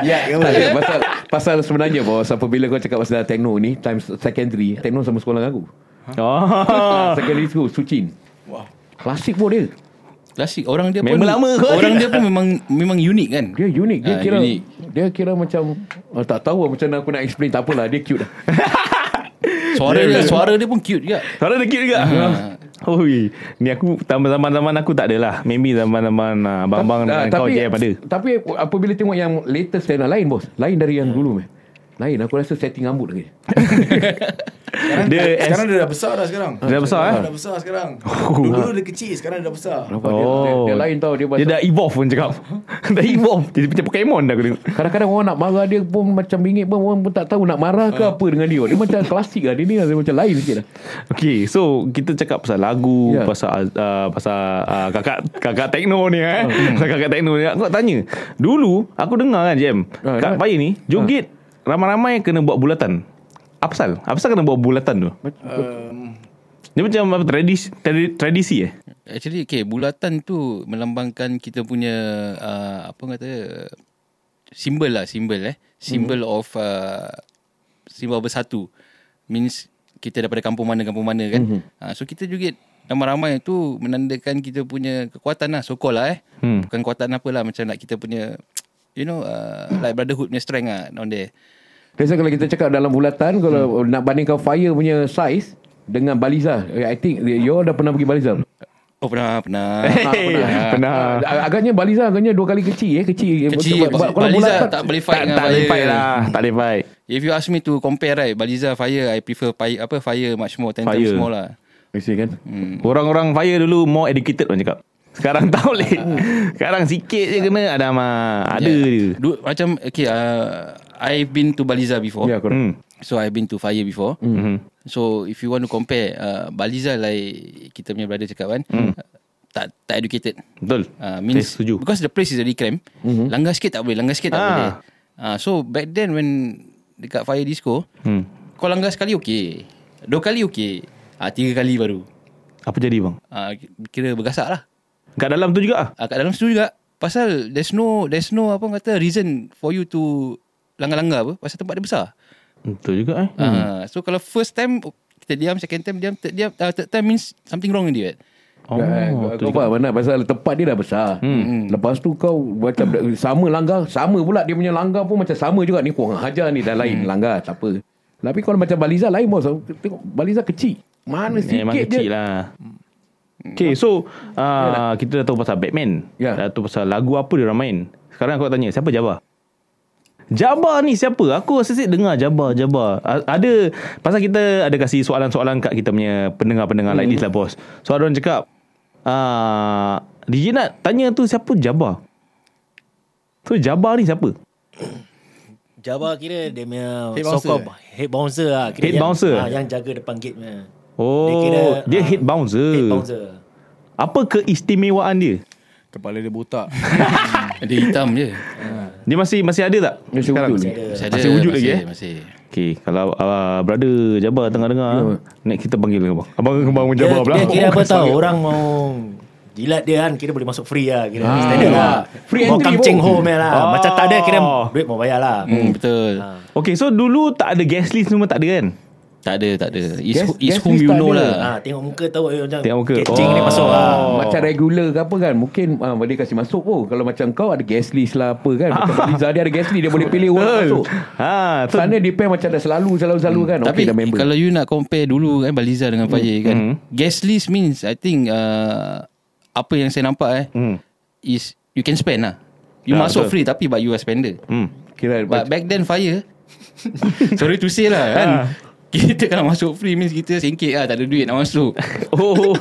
S4: Ya kan
S2: Tak ada, pasal pasal sebenarnya bos apabila kau cakap pasal techno ni time secondary techno sama sekolah dengan aku.
S1: Oh.
S2: Ah, secondary school Sucin.
S4: Wah.
S2: Klasik pun dia.
S3: Klasik. Orang dia
S1: Member
S3: pun
S1: lama kot.
S3: orang dia pun memang memang unik kan.
S2: Dia unik. Dia
S3: Ah,
S2: kira
S3: unik.
S2: dia kira macam ah, tak tahu lah macam mana aku nak explain tak apalah dia cute. lah.
S3: Suara dia suara dia pun cute juga.
S1: Suara degil juga.
S4: Ah.
S1: Oh, ni aku zaman-zaman aku tak adalah. Maybe zaman-zaman ah, abang-abang
S2: Ah,
S1: dengan kau je yang ada.
S2: Tapi apabila tengok yang latest techno lain bos, lain dari yang dulu meh. Lain aku rasa setting rambut lagi.
S1: Dia
S4: sekarang, dia
S1: as-
S4: sekarang dia dah besar dah sekarang
S1: Dia dah besar, eh? Oh.
S4: Dah besar sekarang Dulu dia kecil Sekarang dia dah besar
S2: Nampak dia, dia, dia, lain tau dia
S1: Dia
S2: pasal
S1: dah evolve pun cakap Dah evolve Jadi macam Pokemon dah aku tengok
S2: Kadang-kadang orang nak marah dia pun macam bingit pun orang pun tak tahu nak marah
S3: Ah.
S2: ke apa dengan dia. Dia macam klasik lah dia ni dia macam lain sikit lah.
S1: Okay so Kita cakap pasal lagu
S2: Ya.
S1: Pasal uh, Pasal uh, Kakak Kakak Tekno ni eh
S2: Hmm.
S1: Pasal kakak Tekno ni Aku nak tanya Dulu Aku dengar kan Jem
S2: Ah,
S1: Kat
S2: dengar.
S1: Fire ni Joget Ramai-ramai kena buat bulatan Apa pasal? Apa pasal kena buat bulatan tu?
S4: um,
S1: Dia macam apa, tradisi, tradi- tradisi eh?
S3: Actually okay, bulatan tu melambangkan kita punya uh, apa kata simbol lah, simbol eh. Simbol
S1: Mhm.
S3: hmm. of uh, simbol bersatu. Means kita daripada kampung mana kampung mana kan.
S1: Mhm.
S3: Hmm. Uh, so kita joget ramai-ramai tu menandakan lah, kita punya kekuatan lah, sokol lah eh. Hmm. Bukan kekuatan apalah macam nak kita punya you know uh, like brotherhood punya strength ah down there.
S2: That's why kalau kita cakap dalam bulatan Kalau
S3: Hmm.
S2: nak bandingkan Fire punya size Dengan Baliza I think You all dah pernah pergi Baliza
S3: Oh pernah pernah.
S2: Eh,
S1: Pernah.
S2: Ah, Agaknya Baliza Agaknya dua kali kecil eh Kecil
S3: Kecil
S2: Sebab- sebab
S3: Baliza
S2: bulatan-
S3: tak boleh fight
S1: Tak,
S3: dengan
S1: tak boleh
S3: Fire.
S1: fight lah. Tak boleh fight.
S3: If you ask me to compare right Baliza Fire I prefer fire, apa Fire much more 10
S1: Fire.
S3: times more lah.
S2: You see kan
S1: Orang-orang fire dulu more educated orang cakap. Sekarang tak boleh.
S2: Ah.
S1: Sekarang sikit je kena ada mah. Ada
S3: Yeah.
S1: je.
S3: Du, macam okay uh, I've been to Baliza before.
S2: Ya correct
S1: Hmm.
S3: So I've been to Fire before. Mm-hmm. So if you want to compare uh, Baliza like kita punya brother cakap kan mm. tak tak educated.
S1: Betul.
S3: Uh,
S1: Saya
S3: means
S1: Hmm. setuju. Hmm.
S3: because the place is already cramped. Mm-hmm. Langgar sikit tak boleh, langgar sikit tak
S1: Ah.
S3: boleh. Uh, so back then when dekat Fire Disco,
S1: Hmm.
S3: kau langgar sekali okey. Dua kali okey. Ah uh, tiga kali baru.
S1: Apa jadi bang?
S3: Uh, kira bergasak lah.
S1: Kat dalam tu juga ah.
S3: Uh, kat dalam situ juga pasal there's no there's no apa orang kata reason for you to langgar-langgar apa pasal tempat dia besar.
S1: Betul juga eh.
S3: Hmm. Uh, so kalau first time kita diam, second time diam, third diam, uh, third time means something wrong with it.
S1: Oh,
S2: Oh,
S1: betul
S2: kau
S1: juga.
S2: faham mana pasal tempat dia dah besar. Hmm. Lepas tu kau macam sama langgar, sama pula dia punya langgar pun macam sama juga ni kurang ajar ni dah lain hmm. langgar tak apa. Tapi kalau macam Baliza lain bos. Tengok Baliza kecil. Mana sikit
S1: Memang
S2: je.
S1: kecil lah. Okay, so uh, kita dah tahu pasal Batman.
S2: Ya.
S1: Dah tahu pasal lagu apa dia orang main. Sekarang aku nak tanya, siapa Jabba? Jabba ni siapa? Aku rasa asyik dengar Jabba, Jabba. A- Ada, pasal kita ada kasih soalan-soalan kat kita punya pendengar-pendengar like this lah bos. So, ada orang cakap, uh, DJ nak tanya tu siapa Jabba? So, Jabba ni siapa?
S6: Jabba lah kira dia punya
S4: Head
S6: so-called head bouncer lah. Kira
S1: Head
S6: yang,
S1: bouncer?
S6: Ah, yang jaga depan gate punya.
S1: Oh, dia,
S6: ah,
S1: hit bouncer.
S6: Head bouncer.
S1: Apa keistimewaan dia?
S4: Kepala dia botak
S3: Dia hitam je.
S1: Dia masih masih ada tak?
S2: Masih wujud lagi.
S6: Dia-
S3: Masih,
S1: Masih wujud lagi, eh?
S3: Masih.
S1: Okay, kalau uh, brother Jabar tengah dengar, yeah. next kita panggil abang. Ya. Abang kembang pun Jabar
S6: dia,
S1: pula.
S6: dia kira apa tau Orang mau Jilat dia kan Kira boleh masuk free lah Kira ah, standard lah
S2: Free
S6: Mau
S2: entry
S6: kamcing
S2: pun.
S6: home lah
S1: Ah.
S6: Macam tak ada kira Duit mau bayar lah
S3: Hmm, betul.
S1: Okay, so dulu tak ada gas list semua tak ada kan?
S3: Tak ada, tak ada. It's,
S2: Guess-
S3: who, it's
S2: guess
S3: whom
S2: list
S3: you
S2: tak
S3: know
S2: ada.
S3: lah.
S6: ha, Tengok muka tahu eh, Macam
S1: Tengok muka.
S6: Kecing dia
S1: Oh.
S6: masuk lah
S2: Oh. Macam regular ke apa kan Mungkin ah, Dia kasih masuk pun Kalau macam kau Ada guest list lah apa kan Macam Baliza dia ada guest list Dia boleh pilih orang masuk
S1: Ha, so,
S2: Sana depend macam dah selalu Selalu-selalu kan
S3: Tapi
S2: Okey dah member
S3: kalau you nak compare dulu kan Baliza dengan Fire kan.
S1: Hmm.
S3: Guest list means I think uh, apa yang saya nampak eh
S1: Hmm.
S3: is you can spend lah. You
S1: Ya,
S3: masuk
S1: betul.
S3: free tapi but you are spender.
S1: hmm.
S2: Kira
S3: But back then Fire sorry to say lah kan. Kita kalau masuk free means kita singkit lah tak ada duit nak masuk.
S1: Oh,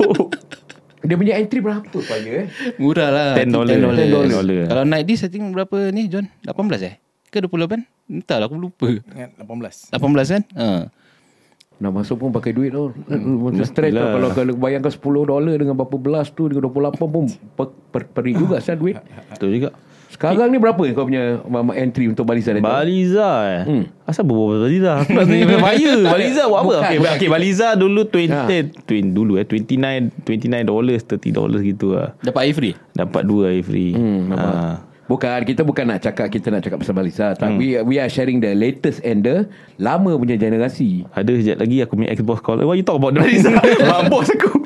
S2: Dia punya entry berapa Fire eh
S3: Murah lah
S1: $10. $10.
S3: Kalau night this I think berapa ni John 18 eh Ke 28 Entahlah lah, aku lupa
S4: Ingat
S3: 18
S4: 18
S3: kan ha.
S2: Nak masuk pun pakai duit tau hmm, Macam stress tau
S1: Mestilah.
S2: Kalau kalau bayangkan 10 dolar Dengan berapa belas tu Dengan 28 pun per, per, Perik juga saya duit
S1: betul juga.
S2: Sekarang ni berapa kau punya Mama entry untuk balisan itu
S1: Baliza eh. Hmm. Asal berbual pasal Baliza? Aku nak tanya pasal Fire. Baliza buat apa? Okay, okay, Baliza dulu 20,
S2: Ha.
S1: eh, 20 dulu eh, 29, 29 dollars, 30 dollars gitu lah.
S3: Dapat air free
S1: Dapat dua air free. Hmm, ha.
S2: Bukan Kita bukan nak cakap Kita nak cakap pasal balisan Tapi we, we are sharing the latest And the Lama punya generasi
S1: Ada sekejap lagi aku punya ex-boss call. Why you talk about the Rizal? Mak bos aku.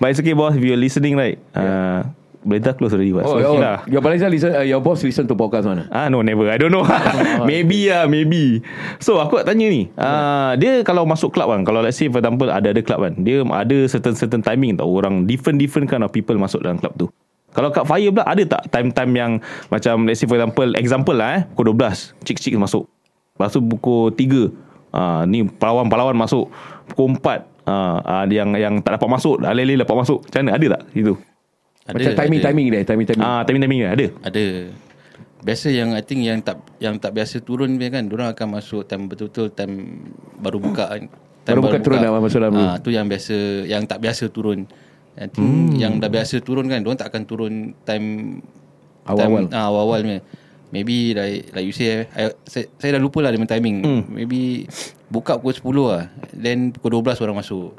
S1: But it's okay boss, if you're listening right. Uh, Berita close already
S2: Oh, ya
S1: but so okay lah.
S2: Your balisan listen, uh, Your boss listen to podcast mana
S1: Ah no never I don't know Maybe lah Maybe So aku nak tanya ni ah, Dia kalau masuk club kan Kalau let's say for example Ada-ada club kan Dia ada certain-certain timing tau Orang different-different kind of people Masuk dalam club tu Kalau kat fire pula Ada tak time-time yang Macam let's say for example Example lah eh Pukul 12 Cik-cik masuk Lepas tu pukul 3 ah, Ni pahlawan-pahlawan masuk Pukul 4 ah, ah, Yang yang tak dapat masuk Alih-alih dapat masuk Macam mana ada tak Itu
S2: Macam timing-timing dia Timing-timing
S1: ah, Timing-timing dia ada
S3: Ada Biasa yang I think yang tak yang tak biasa turun dia kan Diorang akan masuk time betul-betul time baru buka kan time
S2: Baru buka turun lah masuk dalam
S3: Ah, tu yang biasa yang tak biasa turun. I think hmm. yang dah biasa turun kan diorang tak akan turun time
S2: Awal-awal.
S3: time, ah, awal-awal punya. Maybe like, like you say I, saya, saya dah lupa lah dengan timing hmm. Maybe Buka pukul 10 lah Then pukul 12 orang masuk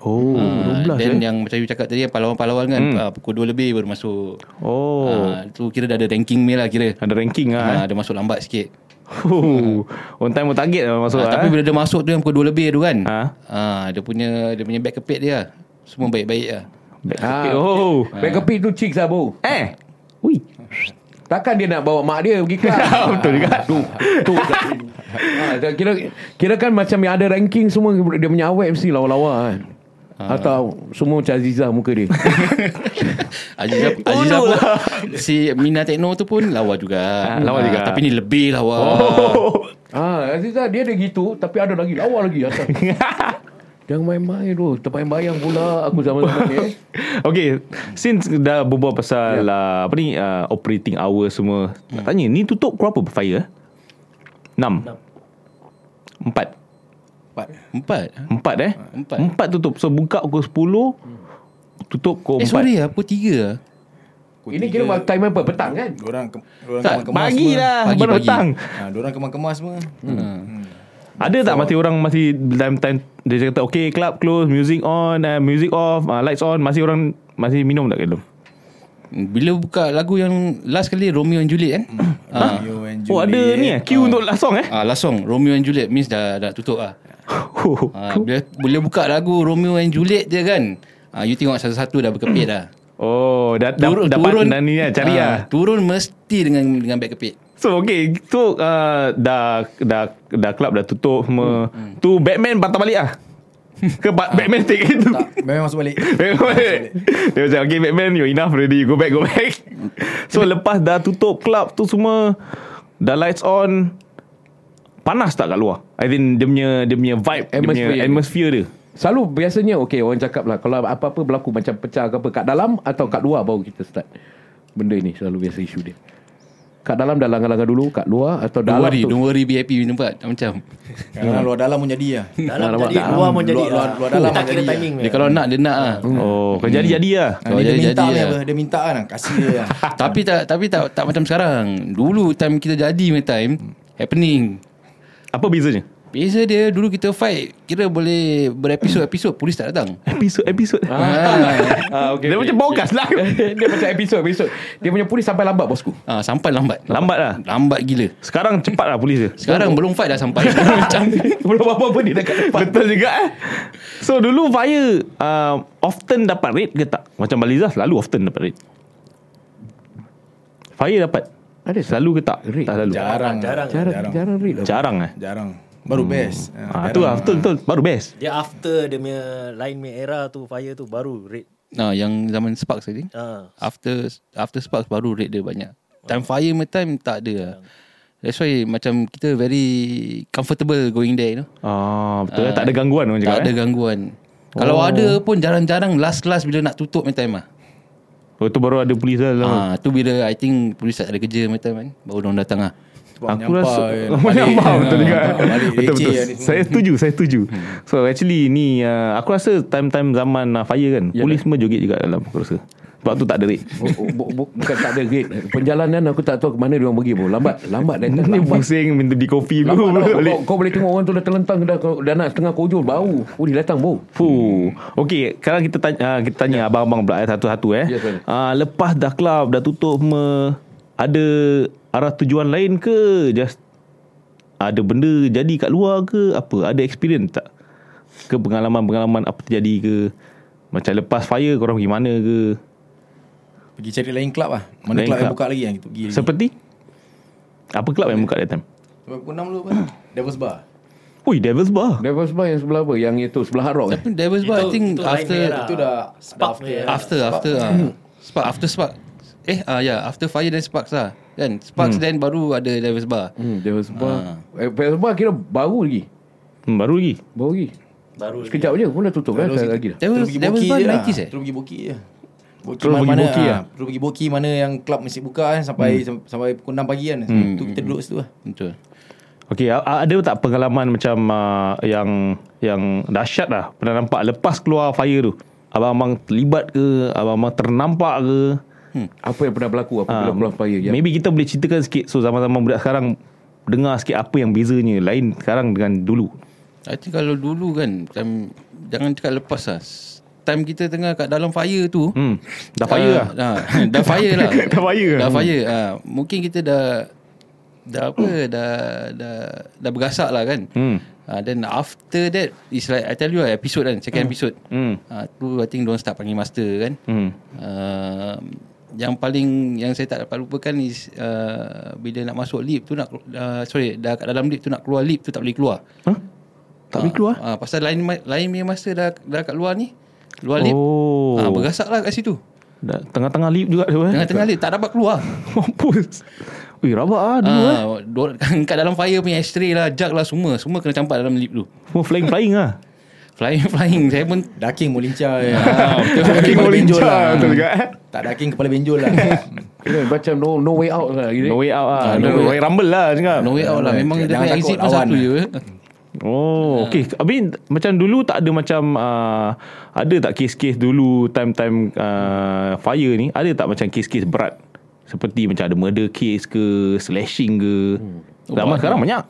S1: Oh
S3: Ah, Then
S2: eh?
S3: yang macam you cakap tadi Pahlawan-pahlawan kan
S2: Hmm.
S3: ah, Pukul 2 lebih baru masuk
S1: Oh
S3: Ah, tu kira dah ada ranking mail lah kira.
S1: Ada ranking lah eh.
S3: Ha, dia masuk lambat sikit.
S1: Oh, on time on target lah masuk.
S3: So,
S1: lah,
S3: ha,
S1: eh.
S3: tapi bila dia masuk tu yang pukul 2 lebih tu kan.
S1: Ha.
S3: Ha? dia punya dia punya back kepit dia. lah. Semua baik-baik lah.
S2: Ah.
S1: Ah. Back to pick. oh.
S2: Back up tu chicks lah bro
S1: Eh. Ui.
S2: Takkan dia nak bawa mak dia pergi kelas Ah, Betul juga Tu, tu ha, kira, kira kan macam yang ada ranking semua Dia punya awet mesti lawa-lawa kan Atau semua macam Aziza muka dia
S3: Aziza,
S1: Oh,
S3: Aziza pun Si Mina Tekno tu pun lawa juga
S1: Ah, lawa juga. Oh.
S3: Tapi ni lebih lawa
S2: Ah, Aziza dia ada gitu tapi ada lagi lawa lagi atas. Jangan main-main tu Termain bayang pula Aku zaman-zaman ni eh.
S1: Okay Since dah berbual
S3: Ya.
S1: pasal yeah. Apa ni uh, Operating hour semua
S3: Hmm.
S1: Nak Tanya Ni tutup pukul berapa Fire 6 4
S4: Empat.
S3: Empat
S1: 4 eh
S3: Ah, Empat. Hmm.
S1: 4 tutup So buka pukul 10 Tutup pukul 4
S3: Eh sorry lah Pukul tiga
S4: Pukul
S2: Ini kira
S4: tiga,
S2: time apa? Petang kan?
S4: Diorang, ke, diorang
S1: Tak
S4: kemas-kemas
S1: Pagi
S4: semua.
S1: lah
S3: Pagi,
S1: Baru
S3: pagi.
S1: petang
S4: Ha, diorang kemas-kemas semua.
S1: Hmm. Ada tak mati orang Masih time time Dia kata Okay club close Music on uh, Music off uh, Lights on Masih orang Masih minum tak ke belum
S3: Bila buka lagu yang Last kali Romeo and Juliet kan ah,
S4: Romeo and
S1: Oh ada
S4: Juliet.
S1: ni eh Cue untuk last song eh
S3: ah, Last song Romeo and Juliet Means dah, dah tutup lah
S1: Oh,
S3: ah, bila, bila buka lagu Romeo and Juliet je kan ah, You tengok satu-satu dah berkepit dah
S1: Oh dah, dah dapat dah ni lah Cari
S3: ah,
S1: lah
S3: Turun mesti dengan dengan beg kepit
S1: So okay So uh, dah, dah Dah club dah tutup semua hmm. Tu Batman patah balik lah Ke ba- Batman take it tu
S4: Tak, memang masuk balik.
S1: Batman balik Dia macam Okay Batman you enough already Go back go back So lepas dah tutup club tu semua Dah lights on Panas tak kat luar I think dia punya Dia punya vibe Dia
S2: Atmosphere
S1: punya
S2: dia.
S1: atmosphere dia
S2: Selalu biasanya Okay orang cakap lah Kalau apa-apa berlaku Macam pecah ke apa Kat dalam atau kat luar Baru kita start Benda ni selalu biasa isu dia Kat dalam dah langgar-langgar dulu Kat luar Atau
S3: Don't
S2: dalam
S3: worry
S2: tu
S3: Don't worry be happy Nampak Macam
S4: Kadang-kadang luar dalam pun jadi lah.
S6: Dalam jadi Luar pun jadi
S4: Luar- luar- luar
S6: Dia
S4: dalam
S6: Tak
S4: pun
S6: kira
S4: jadi.
S6: timing
S3: Dia kalau nak dia nak lah
S1: Oh kan jadi-jadi lah
S4: Ha,
S3: Kalau
S4: dia, dia
S3: jadi-
S4: minta
S3: jadi
S4: ni
S3: lah.
S4: apa? Dia minta kan lah. Kasih dia lah.
S3: Tapi tak tapi tak tak macam sekarang. Dulu time kita jadi punya time happening.
S1: Apa bezanya
S3: Biasa dia dulu kita fight kira boleh berepisod-episod polis tak datang.
S1: Episod-episod ah.
S3: Ah,
S1: Dia macam podcast lah
S2: Dia macam episod-episod Dia punya polis sampai lambat bosku
S3: ah sampai lambat.
S1: Lambat lah
S3: Lambat gila.
S1: Sekarang cepat lah polis dia
S3: Sekarang belum fight dah sampai. macam
S1: Belum apa-apa dia dekat depan Betul juga eh So dulu Fire uh, Often dapat rate ke tak? Macam Baliza selalu often dapat rate Fire dapat Ada Selalu ke tak?
S2: Rate?
S1: Tak selalu
S4: Jarang.
S6: Jarang.
S2: Jarang
S4: Jarang.
S2: Jarang read lah
S1: Jarang eh
S4: Jarang. Baru best. Ha,
S1: Ah,
S4: jarang.
S1: tu lah betul, betul Baru best
S6: Dia after dia punya Line punya era tu Fire tu baru Red
S3: nah Ah, yang zaman Sparks I think.
S6: Ah,
S3: After after Sparks baru rate dia banyak. Time fire my time tak ada lah. That's why macam kita very comfortable going there you know.
S1: ah, Betul eh? Tak ada gangguan orang cakap
S3: Tak ada
S1: eh?
S3: gangguan. Kalau
S4: Oh.
S3: ada pun jarang-jarang last-last bila nak tutup punya time lah.
S1: Oh tu baru ada polis lah dalam.
S3: Ah, tu bila I think polis tak ada kerja macam time kan. Baru orang datang ah.
S4: Sebab
S1: Aku
S4: menyampar
S1: rasa
S4: kan.
S1: Lama nyampar betul juga eh? Betul
S4: Balik leceh
S1: betul
S4: lah ni semua.
S1: Saya setuju Saya setuju So actually ni uh, Aku rasa time-time zaman uh, Fire kan Polis semua joget juga dalam Aku rasa Sebab tu tak ada rate
S2: Bu- bu- bu- Bukan tak ada rate Penjalanan aku tak tahu ke mana dia orang pergi pun Lambat Lambat datang
S1: Ni
S2: Lambat
S1: pusing Minta di kopi
S2: Lambat
S1: dulu
S2: tau.
S1: baru balik
S2: kau, kau boleh tengok orang tu dah terlentang dah, dah nak setengah kojol Bau Oh dia datang bau
S1: Fuh. Okey, sekarang kita tanya uh, kita tanya abang-abang pula eh, satu-satu eh.
S2: Ya, boleh.
S1: uh, lepas dah club dah tutup me, ada arah tujuan lain ke? Just ada benda jadi kat luar ke apa? Ada experience tak? Ke pengalaman-pengalaman apa terjadi ke? Macam lepas fire korang pergi mana ke?
S4: Pergi cari lain club lah. Mana
S1: Lain
S4: club, yang
S1: club.
S4: buka lagi yang kita pergi lagi.
S1: Seperti apa club yang buka that time?
S4: Sampai pukul 6 dulu apa? Devil's Bar.
S1: Ui, Devil's Bar.
S2: Devil's Bar yang sebelah apa Yang itu sebelah Hard Rock eh?
S3: Tapi Divers Bar I
S6: Itu-
S3: think
S6: itu lain
S3: after
S6: era.
S4: Itu dah
S6: Spark
S4: dah
S6: punya.
S3: after after ah. Spark after Spark. Eh ah ya, yeah, after fire then Sparks lah. Kan Sparks
S4: Hmm.
S3: then baru ada Divers Bar.
S2: Hmm, Devil's Bar eh, Devil's Bar kira baru lagi
S1: Hmm, baru lagi.
S2: Baru lagi
S6: Baru
S2: Sekejap je pun dah tutup kan Sekejap lagi dah
S3: Divers
S4: Terus pergi
S3: Divers
S4: Boki
S3: Bar
S4: je lah.
S3: 90s eh.
S4: Terus pergi Boki je. Boki
S1: Terus
S4: mana,
S1: pergi
S4: mana,
S1: Boki Hmm.
S4: ah,
S1: lah.
S4: Terus pergi Boki mana yang club masih buka kan sampai sam- sampai pukul 6 pagi kan.
S1: Hmm.
S4: Tu kita duduk situ lah.
S3: Betul.
S1: Okey, a- a- ada tak pengalaman macam uh, yang yang dahsyat lah pernah nampak lepas keluar fire tu? Abang-abang terlibat ke? Abang-abang ternampak ke? Hmm,
S2: Apa yang pernah berlaku Apabila
S1: Ah,
S2: bulan Fire yang
S1: Maybe kita boleh ceritakan sikit so zaman-zaman budak sekarang dengar sikit apa yang bezanya lain sekarang dengan dulu.
S3: I think kalau dulu kan time, Jangan cakap lepas lah S- Time kita tengah kat dalam fire tu
S1: Hmm, dah fire lah.
S3: uh, Dah fire lah
S1: Dah fire. Hmm.
S3: Dah fire uh, Mungkin kita dah Dah apa Dah Dah, dah bergasak lah kan
S1: Hmm.
S3: Uh, then after that It's like I tell you lah Episode kan Second episode
S1: Hmm.
S3: uh, Tu I think Diorang start panggil master kan
S1: Hmm.
S3: uh, yang paling yang saya tak dapat lupakan is uh, bila nak masuk lift tu nak kelu- uh, sorry dah kat dalam lift tu nak keluar lift tu tak boleh keluar.
S1: Huh? Tak boleh
S3: Ah,
S1: keluar?
S3: ah, pasal lain ma- lain punya masa dah dah kat luar ni. Luar lift.
S1: Oh.
S3: Ah bergasak lah kat situ.
S1: Dah, tengah-tengah lip juga tu eh.
S3: Tengah-tengah lift tak dapat keluar.
S1: Mampus. Ui, rabak ah dulu eh.
S3: Ah, dor- kat dalam fire punya ashtray lah, jug lah semua, semua kena campak dalam lift tu.
S1: Semua flying-flying ah.
S3: Flying flying saya pun
S4: Daking molinca
S3: Ah, betul.
S4: Daking
S1: Kepala
S4: molinca
S1: benjol lah.
S4: Tak daking kepala benjol lah
S2: Kira macam no no way out lah kira.
S1: No way out ah.
S3: Ah,
S1: No,
S3: no way
S1: way rumble lah cakap.
S3: no way out lah. Memang dia
S4: Jangan
S3: punya
S4: takut,
S3: exit pun
S4: lawan. lah.
S3: satu je. Eh,
S1: Oh, okey. Abi macam dulu tak ada macam uh, ada tak kes-kes dulu time-time uh, fire ni, ada tak macam kes-kes berat? Seperti macam ada murder case ke, slashing ke. Hmm. Zaman sekarang banyak.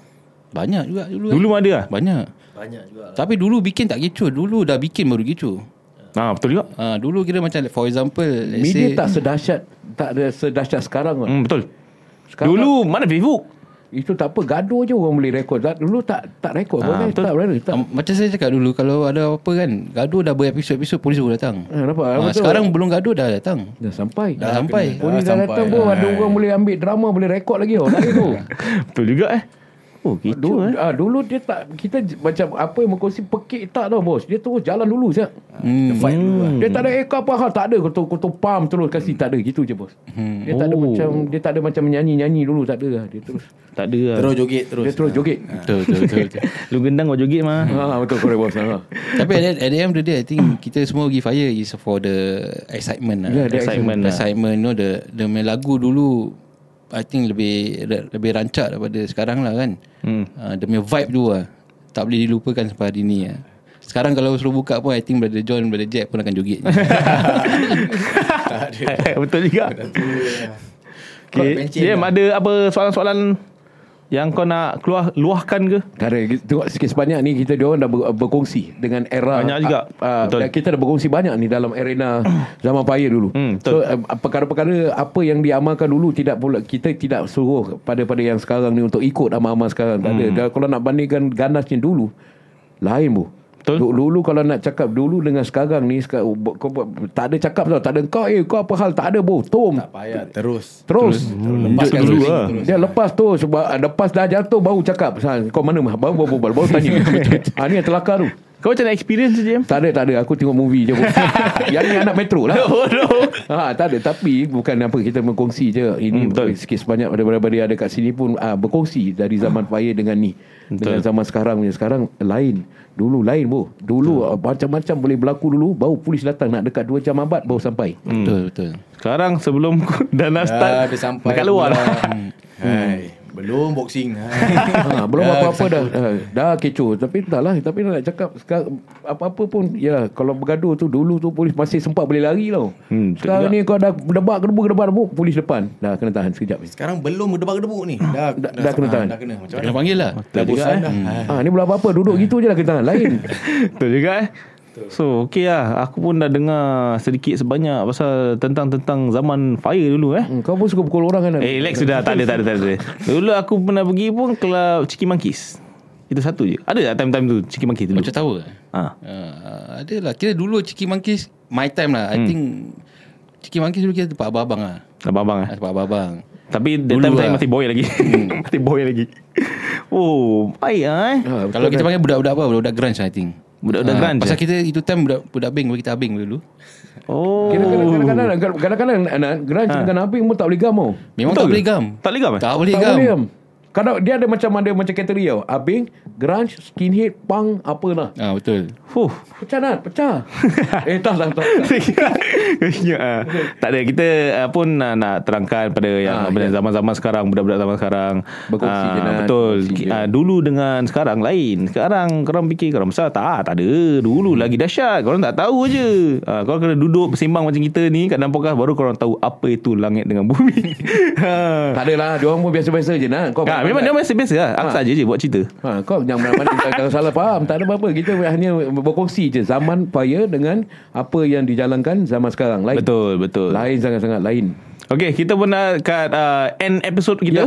S3: Banyak juga dulu. kan.
S1: Dulu ada ah.
S3: Banyak.
S5: Banyak juga. lah.
S3: Tapi dulu bikin tak kecoh. Dulu dah bikin baru kecoh.
S1: Ha, betul juga.
S3: Ah, dulu kira macam like, for example, let's
S2: Media
S3: say,
S2: tak sedahsyat tak ada sedahsyat sekarang lah.
S1: Hmm, betul.
S2: Sekarang-
S1: dulu mana Facebook?
S2: Itu tak apa gaduh je orang boleh rekod. Tak, dulu tak tak rekod
S1: Ah,
S2: ha, boleh
S1: betul.
S2: tak brother tak.
S3: ah, macam saya cakap dulu kalau ada apa kan, gaduh dah berepisod-episod polis baru datang.
S2: Ah, nampak?
S3: Ah,
S2: Betul.
S3: sekarang belum gaduh dah datang.
S2: Dah sampai.
S3: Dah sampai.
S4: kena.
S2: Polis
S4: Dah
S2: dah,
S4: sampai.
S2: datang pun ada orang boleh ambil drama boleh rekod lagi oh. Tak ada tu.
S1: Betul juga eh. Oh, gitu
S2: Dulu,
S1: eh.
S2: ah, dulu dia tak kita j- macam apa yang mengkongsi pekik tak tau bos. Dia terus jalan dulu siap.
S4: The fight dulu lah
S2: Dia tak ada ekor apa hal tak ada kotor kotor pam terus kasi tak ada gitu je bos. Dia tak ada
S1: Oh.
S2: macam dia tak ada macam nyanyi-nyanyi dulu tak ada lah. dia terus
S1: Tak ada lah.
S4: Terus joget terus
S2: dia terus joget.
S3: Betul, betul, betul. betul.
S1: Lu gendang kau joget mah.
S2: Ha betul korek bos. Ha.
S3: Tapi at, the- at the end of the day, I think kita semua pergi fire is for the excitement lah.
S2: Yeah, the
S1: excitement
S3: The
S1: lah.
S3: excitement, you know, the, the main lagu dulu, I think lebih lebih rancak daripada sekarang lah kan. Hmm. Uh, the main vibe tu lah. Tak boleh dilupakan sampai hari ni lah. Sekarang kalau suruh buka pun, I think Brother John, Brother Jack pun akan joget.
S1: Eh, Betul juga. Okay. Jam ada apa soalan-soalan yang kau nak keluar luahkan ke?
S2: Tak ada tengok sikit sebanyak ni kita dia orang dah ber, berkongsi dengan era
S1: Banyak juga.
S2: ah, ah,
S1: Betul.
S2: dan kita dah berkongsi banyak ni dalam arena zaman paya dulu.
S1: Hmm, betul.
S2: so ah, perkara-perkara apa yang diamalkan dulu tidak pula kita tidak suruh pada pada yang sekarang ni untuk ikut amal-amal sekarang. Tak ada.
S1: Hmm.
S2: Dan kalau nak bandingkan ganasnya dulu lain bu.
S1: Betul.
S2: Dulu, dulu kalau nak cakap dulu dengan sekarang ni sekarang, bu- kau buat, tak ada cakap tau tak ada kau eh kau apa hal tak ada bu tom
S4: Tak payah terus
S2: terus,
S1: Lepas tu dulu lah.
S2: dia lepas tu sebab lepas dah jatuh baru cakap "Sal, kau mana mah baru baru baru, baru tanya ha, ni yang telakar tu
S1: Kau macam nak experience je Jam?
S2: tak ada tak ada aku tengok movie je yang ni anak metro lah
S1: Oh no.
S2: Ha, tak ada tapi bukan apa kita mengkongsi je ini
S1: Hmm, betul.
S2: hmm, sikit sebanyak daripada ada kat sini pun ah, berkongsi dari
S1: Ah.
S2: zaman fire dengan ni dengan zaman sekarang punya sekarang lain dulu lain bu dulu ah, macam-macam boleh berlaku dulu baru polis datang nak dekat 2 jam abad baru sampai
S3: betul, betul.
S1: Sekarang sebelum kau dah nak start
S4: Dah, dah sampai
S1: Dekat luar lah
S4: Hmm. Hai, belum boxing. Hai.
S2: ha, belum
S4: Dah
S2: apa-apa dah, dah dah kecoh tapi entahlah tapi nak cakap sekarang apa-apa pun ya kalau bergaduh tu dulu tu polis masih sempat boleh lari tau. Hmm,
S1: Hmm, betul
S2: sekarang ni kau dah debat gedebuk debat gedebuk polis depan. Dah kena tahan sekejap.
S4: Sekarang belum gedebak-gedebuk ni. Dah
S2: Dah- dah kena
S4: ah,
S2: tahan.
S4: Dah kena. Macam mana?
S3: Kena panggil lah.
S4: Dah bosan
S1: eh?
S4: dah.
S2: Ha ni pula apa-apa duduk gitu je lah kena tahan lain.
S1: Betul juga eh So okay lah Aku pun dah dengar Sedikit sebanyak Pasal tentang-tentang Zaman fire dulu eh
S2: Hmm, kau pun suka pukul orang kan?
S1: Eh Lex sudah Tak ada tak ada tak ada Dulu aku pernah pergi pun Kelab Ciki Monkeys Itu satu je Ada tak time-time tu Ciki Monkeys dulu
S3: Macam tahu lah.
S1: ha.
S3: Uh, ada lah. Kira dulu Ciki Monkeys, my time lah. I
S1: Hmm.
S3: think Ciki Monkeys dulu kita tempat abang-abang lah.
S1: Abang-abang eh
S3: Tempat abang-abang.
S1: Tapi that
S3: Dulu
S1: time saya
S3: lah.
S1: masih boy lagi Masih boy lagi Oh Baik lah eh
S2: Ha,
S3: Kalau kita panggil budak-budak apa? Budak-budak grunge I think.
S1: Budak-budak
S3: Ah,
S1: grunge,
S3: Pasal
S1: eh?
S3: kita itu time budak budak bing bagi kita abing dulu.
S1: Oh
S2: Kadang-kadang kadang-kadang geranci dengan abang pun tak boleh gamau.
S3: Memang
S1: Betul
S3: tak
S1: ke?
S3: boleh gam.
S1: Tak boleh gam, eh?
S3: Tak boleh
S2: Tak
S3: gam.
S2: boleh am. Kadang dia ada macam ada macam kategori tau. Abang, grunge, skinhead, punk, apalah.
S3: Ah betul.
S1: Fuh
S2: Pecah nak, pecah. eh tak tak tak. tak.
S1: Ya, ah. tak ada kita ah, pun ah, nak terangkan pada yang
S2: Ah,
S1: benda zaman-zaman sekarang budak-budak zaman sekarang
S2: Berkongsi
S1: Ah,
S2: je lah,
S1: betul
S2: berkongsi je.
S1: Ah, dulu dengan sekarang lain sekarang korang fikir korang besar tak tak ada dulu
S2: Hmm.
S1: lagi dahsyat korang tak tahu je Ah, korang kena duduk bersembang macam kita ni kat dalam podcast baru korang tahu apa itu langit dengan bumi ha.
S2: Tak adalah Dia orang pun biasa-biasa je nak kau
S1: Ah, memang dia biasa-biasa lah. Aku saja je buat cerita.
S2: Ha, kau jangan mana-mana Kalau salah faham Tak ada apa-apa Kita hanya berkongsi je Zaman paya dengan Apa yang dijalankan Zaman sekarang Lain
S1: Betul, betul.
S2: Lain sangat-sangat lain
S1: Okay, kita pun dah kat uh, end episode kita.
S3: Ya.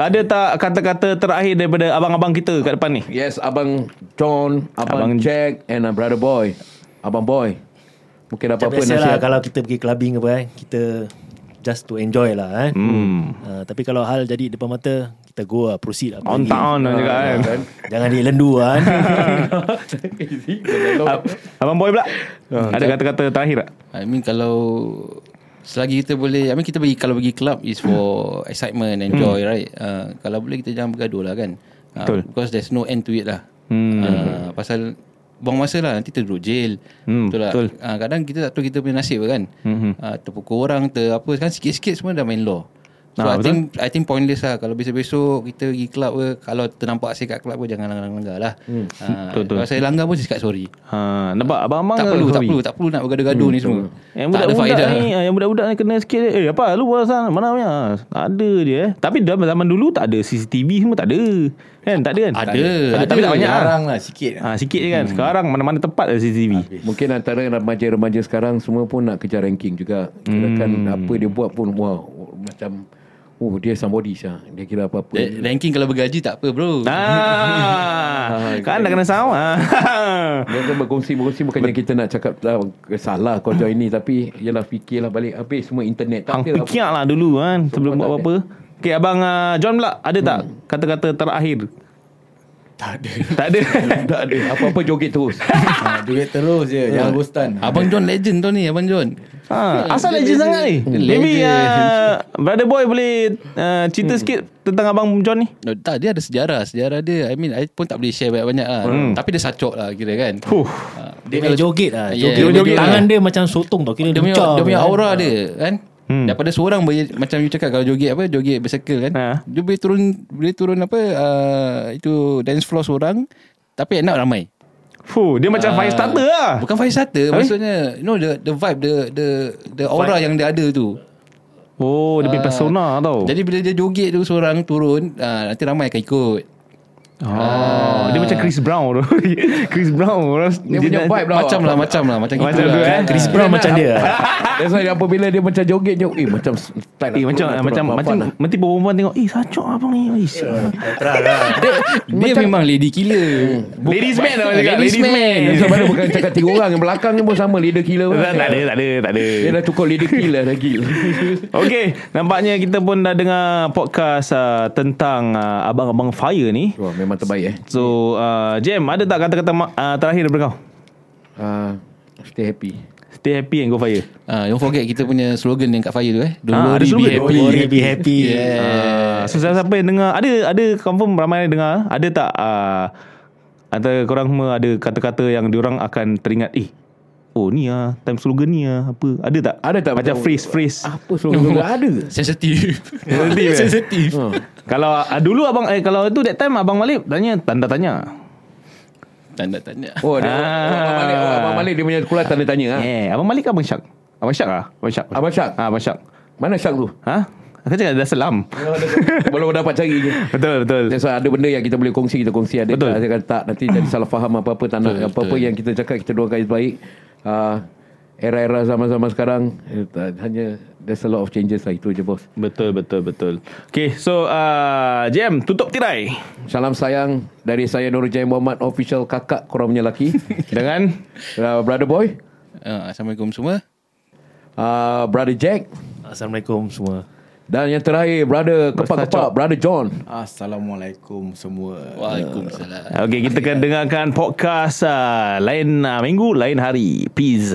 S1: Ada tak kata-kata terakhir daripada abang-abang kita kat depan ni?
S2: Yes Abang John Abang,
S1: Abang-
S2: Jack And uh, Brother Boy Abang Boy Mungkin
S5: Macam
S2: apa-apa
S5: biasa lah
S2: nasihat
S5: kalau kita pergi clubbing apa eh. Kita
S6: just to enjoy lah kan. Hmm. Uh, tapi kalau hal jadi depan mata, kita go lah, proceed lah.
S1: On
S6: pergi.
S1: town lah cakap
S3: Ya,
S1: kan
S6: Jangan dia lendu lah kan.
S1: Ab- Abang Boy pula
S3: Oh,
S1: Ada kata-kata terakhir tak?
S3: I mean kalau selagi kita boleh I mean kita bagi kalau bagi club is for excitement and joy right. Uh, kalau boleh kita jangan bergaduh lah kan.
S1: Hmm.
S3: Uh,
S1: Betul.
S3: Because there's no end to it lah. Hmm. Uh, pasal buang masa lah nanti terduduk jail.
S1: Hmm,
S3: betul lah.
S1: betul.
S3: Uh, kadang kita tak tahu kita punya nasib lah kan. Hmm. Uh, terpukul orang ter apa kan sikit-sikit semua dah main law. So
S1: Ah, betul.
S3: I think I think pointless lah Kalau besok-besok Kita pergi club ke Kalau ternampak saya kat club ke Jangan langgar-langgar lah hmm.
S1: Betul, betul.
S3: Kalau saya langgar pun Saya cakap sorry
S1: Ha, nampak Abang Amang
S3: tak
S1: ke?
S3: perlu, tak
S1: Sorry.
S3: perlu, tak perlu nak bergaduh-gaduh ni semua.
S1: Hmm, Yang
S3: tak ada
S1: budak-budak
S3: faedah.
S1: ni ah, Yang budak-budak ni kena sikit Eh apa lu buat sana Mana punya Tak ada je eh Tapi dalam zaman dulu Tak ada CCTV semua tak ada Kan tak ada kan
S3: Ada, ada, Hmm.
S1: Tapi tak banyak lah
S4: Jarang lah sikit
S1: ha, Sikit je kan Sekarang mana-mana tempat ada CCTV
S2: Mungkin antara remaja-remaja sekarang semua pun nak kejar ranking juga. Kirakan
S1: Hmm.
S2: apa dia buat pun wah macam oh dia somebody sah. Dia kira apa-apa.
S3: Eh, Ranking kalau bergaji tak apa bro.
S1: Ah,
S3: Ah,
S1: kan dah kena ah. sama
S2: Dia kan berkongsi-berkongsi bukannya kita nak cakap lah, salah kau join ni tapi ialah fikirlah balik habis semua internet
S1: Hang
S2: tak ada apa.
S1: fikir lah dulu kan Sebelum buat apa-apa Okay abang ah, John pula Ada tak kata-kata terakhir Tak ada Tak ada
S2: Tak ada apa-apa joget terus.
S4: ha, Joget terus je Jangan gostan
S3: Abang John legend tau ni, Abang John.
S1: Ha, asal legend
S3: dia legend.
S1: sangat ni.
S3: Dia
S1: Maybe
S3: legend.
S1: uh, brother boy boleh uh, cerita sikit tentang abang John ni.
S3: No, tak, dia ada sejarah. Sejarah dia, I mean, I pun tak boleh share banyak-banyak lah.
S1: Hmm.
S3: Tapi dia sacok lah kira kan.
S1: Huh.
S3: Ah,
S6: dia punya
S3: kalau-
S6: joget lah.
S3: Yeah,
S6: Joget,
S3: dia joget
S6: Tangan
S3: lah.
S6: dia macam sotong tau. Kira
S3: Dia punya,
S6: lucah
S3: dia punya
S6: kan.
S3: aura dia kan. Hmm. Daripada seorang boleh, Macam you cakap Kalau joget apa Joget bercircle kan
S1: Ha.
S3: Dia boleh turun Boleh turun apa uh, Itu dance floor seorang Tapi enak ramai
S1: Fuh, dia macam
S3: Ah,
S1: fire starter lah.
S3: Bukan fire starter
S1: Habis?
S3: Maksudnya You know the, the vibe The the the aura yang dia ada tu
S1: Oh, dia punya
S3: Ah,
S1: persona tau.
S3: Jadi bila dia joget tu Seorang turun ah, Nanti ramai akan ikut
S1: oh, dia macam Chris Brown tu. Chris Brown orang
S2: Dia punya vibe lah.
S3: Macam lah Macam lah Macam,
S1: Macam
S3: gitu
S1: tu eh.
S6: Chris Brown macam dia.
S2: That's why apabila dia macam joget je eh macam style
S1: Eh, macam macam macam
S2: lah.
S1: mesti perempuan tengok, "Eh, sacok abang ni." Ish.
S3: dia, dia memang lady killer
S1: Ladies man lah
S3: Ladies
S1: cakap, ladies
S3: man.
S1: man.
S2: Macam mana bukan cakap tiga orang Yang belakang ni pun sama Leader killer pun
S1: Tak tak ada, tak ada, tak ada.
S2: Dia dah tukar leader killer lagi
S1: Okey, nampaknya kita pun dah dengar podcast uh, tentang uh, abang-abang fire ni.
S2: Wah memang terbaik eh
S1: So, uh, Jem, ada tak kata-kata ma- uh, terakhir daripada kau?
S2: uh, Stay happy
S1: Stay happy and go fire.
S3: Ah, Don't forget kita punya slogan Yang kat fire tu eh Don't
S1: Ah, ada
S3: worry be
S1: slogan.
S3: happy Ah,
S6: Don't worry, be happy.
S3: Yeah
S1: Uh, so siapa-siapa yang dengar Ada ada confirm ramai yang dengar Ada tak uh, Antara korang semua Ada kata-kata yang diorang akan teringat Eh Oh ni ah Time slogan ni ah Apa Ada tak
S2: Ada tak
S1: Macam
S2: macam-
S1: phrase-phrase
S3: Ah.
S2: Apa slogan Tak ada
S3: Sensitive
S1: Sensitive, eh?
S3: Sensitive
S1: Kalau ah, dulu abang eh, Kalau itu that time Abang Malik tanya Tanda tanya
S3: Tanda-tanda
S2: Oh dia
S1: Ah.
S2: Abang Malik Abang Malik dia punya sekolah Tanda tanya ha?
S1: Eh Abang Malik ke Abang Syak Abang Syak lah Abang Syak
S2: Abang Syak?
S1: ah, Abang Syak
S2: Mana syak tu
S1: Ha? Aku cakap dah selam
S2: Belum dapat cari je
S1: Betul betul
S2: That's why ada benda yang kita boleh kongsi Kita kongsi ada Betul
S1: Betul.
S2: Ada kata tak Nanti jadi salah faham apa-apa Tak nak apa-apa yang kita cakap Kita doakan yang baik uh, Era-era zaman-zaman sekarang eh, tak- Hanya There's a lot of changes lah Itu je bos
S1: Betul betul betul Okay so uh, Jem tutup tirai
S2: Salam sayang Dari saya Nur Jaya Muhammad Official kakak korang punya lelaki
S1: Dengan
S2: uh, Brother Boy
S3: Ah, Assalamualaikum semua
S2: uh, Brother Jack
S6: Assalamualaikum semua.
S2: Dan yang terakhir Brother Kepak-Kepak Brother John
S4: Assalamualaikum semua
S3: Waalaikumsalam
S1: ah, Okay kita akan dengarkan podcast uh, Lain uh, minggu Lain hari Peace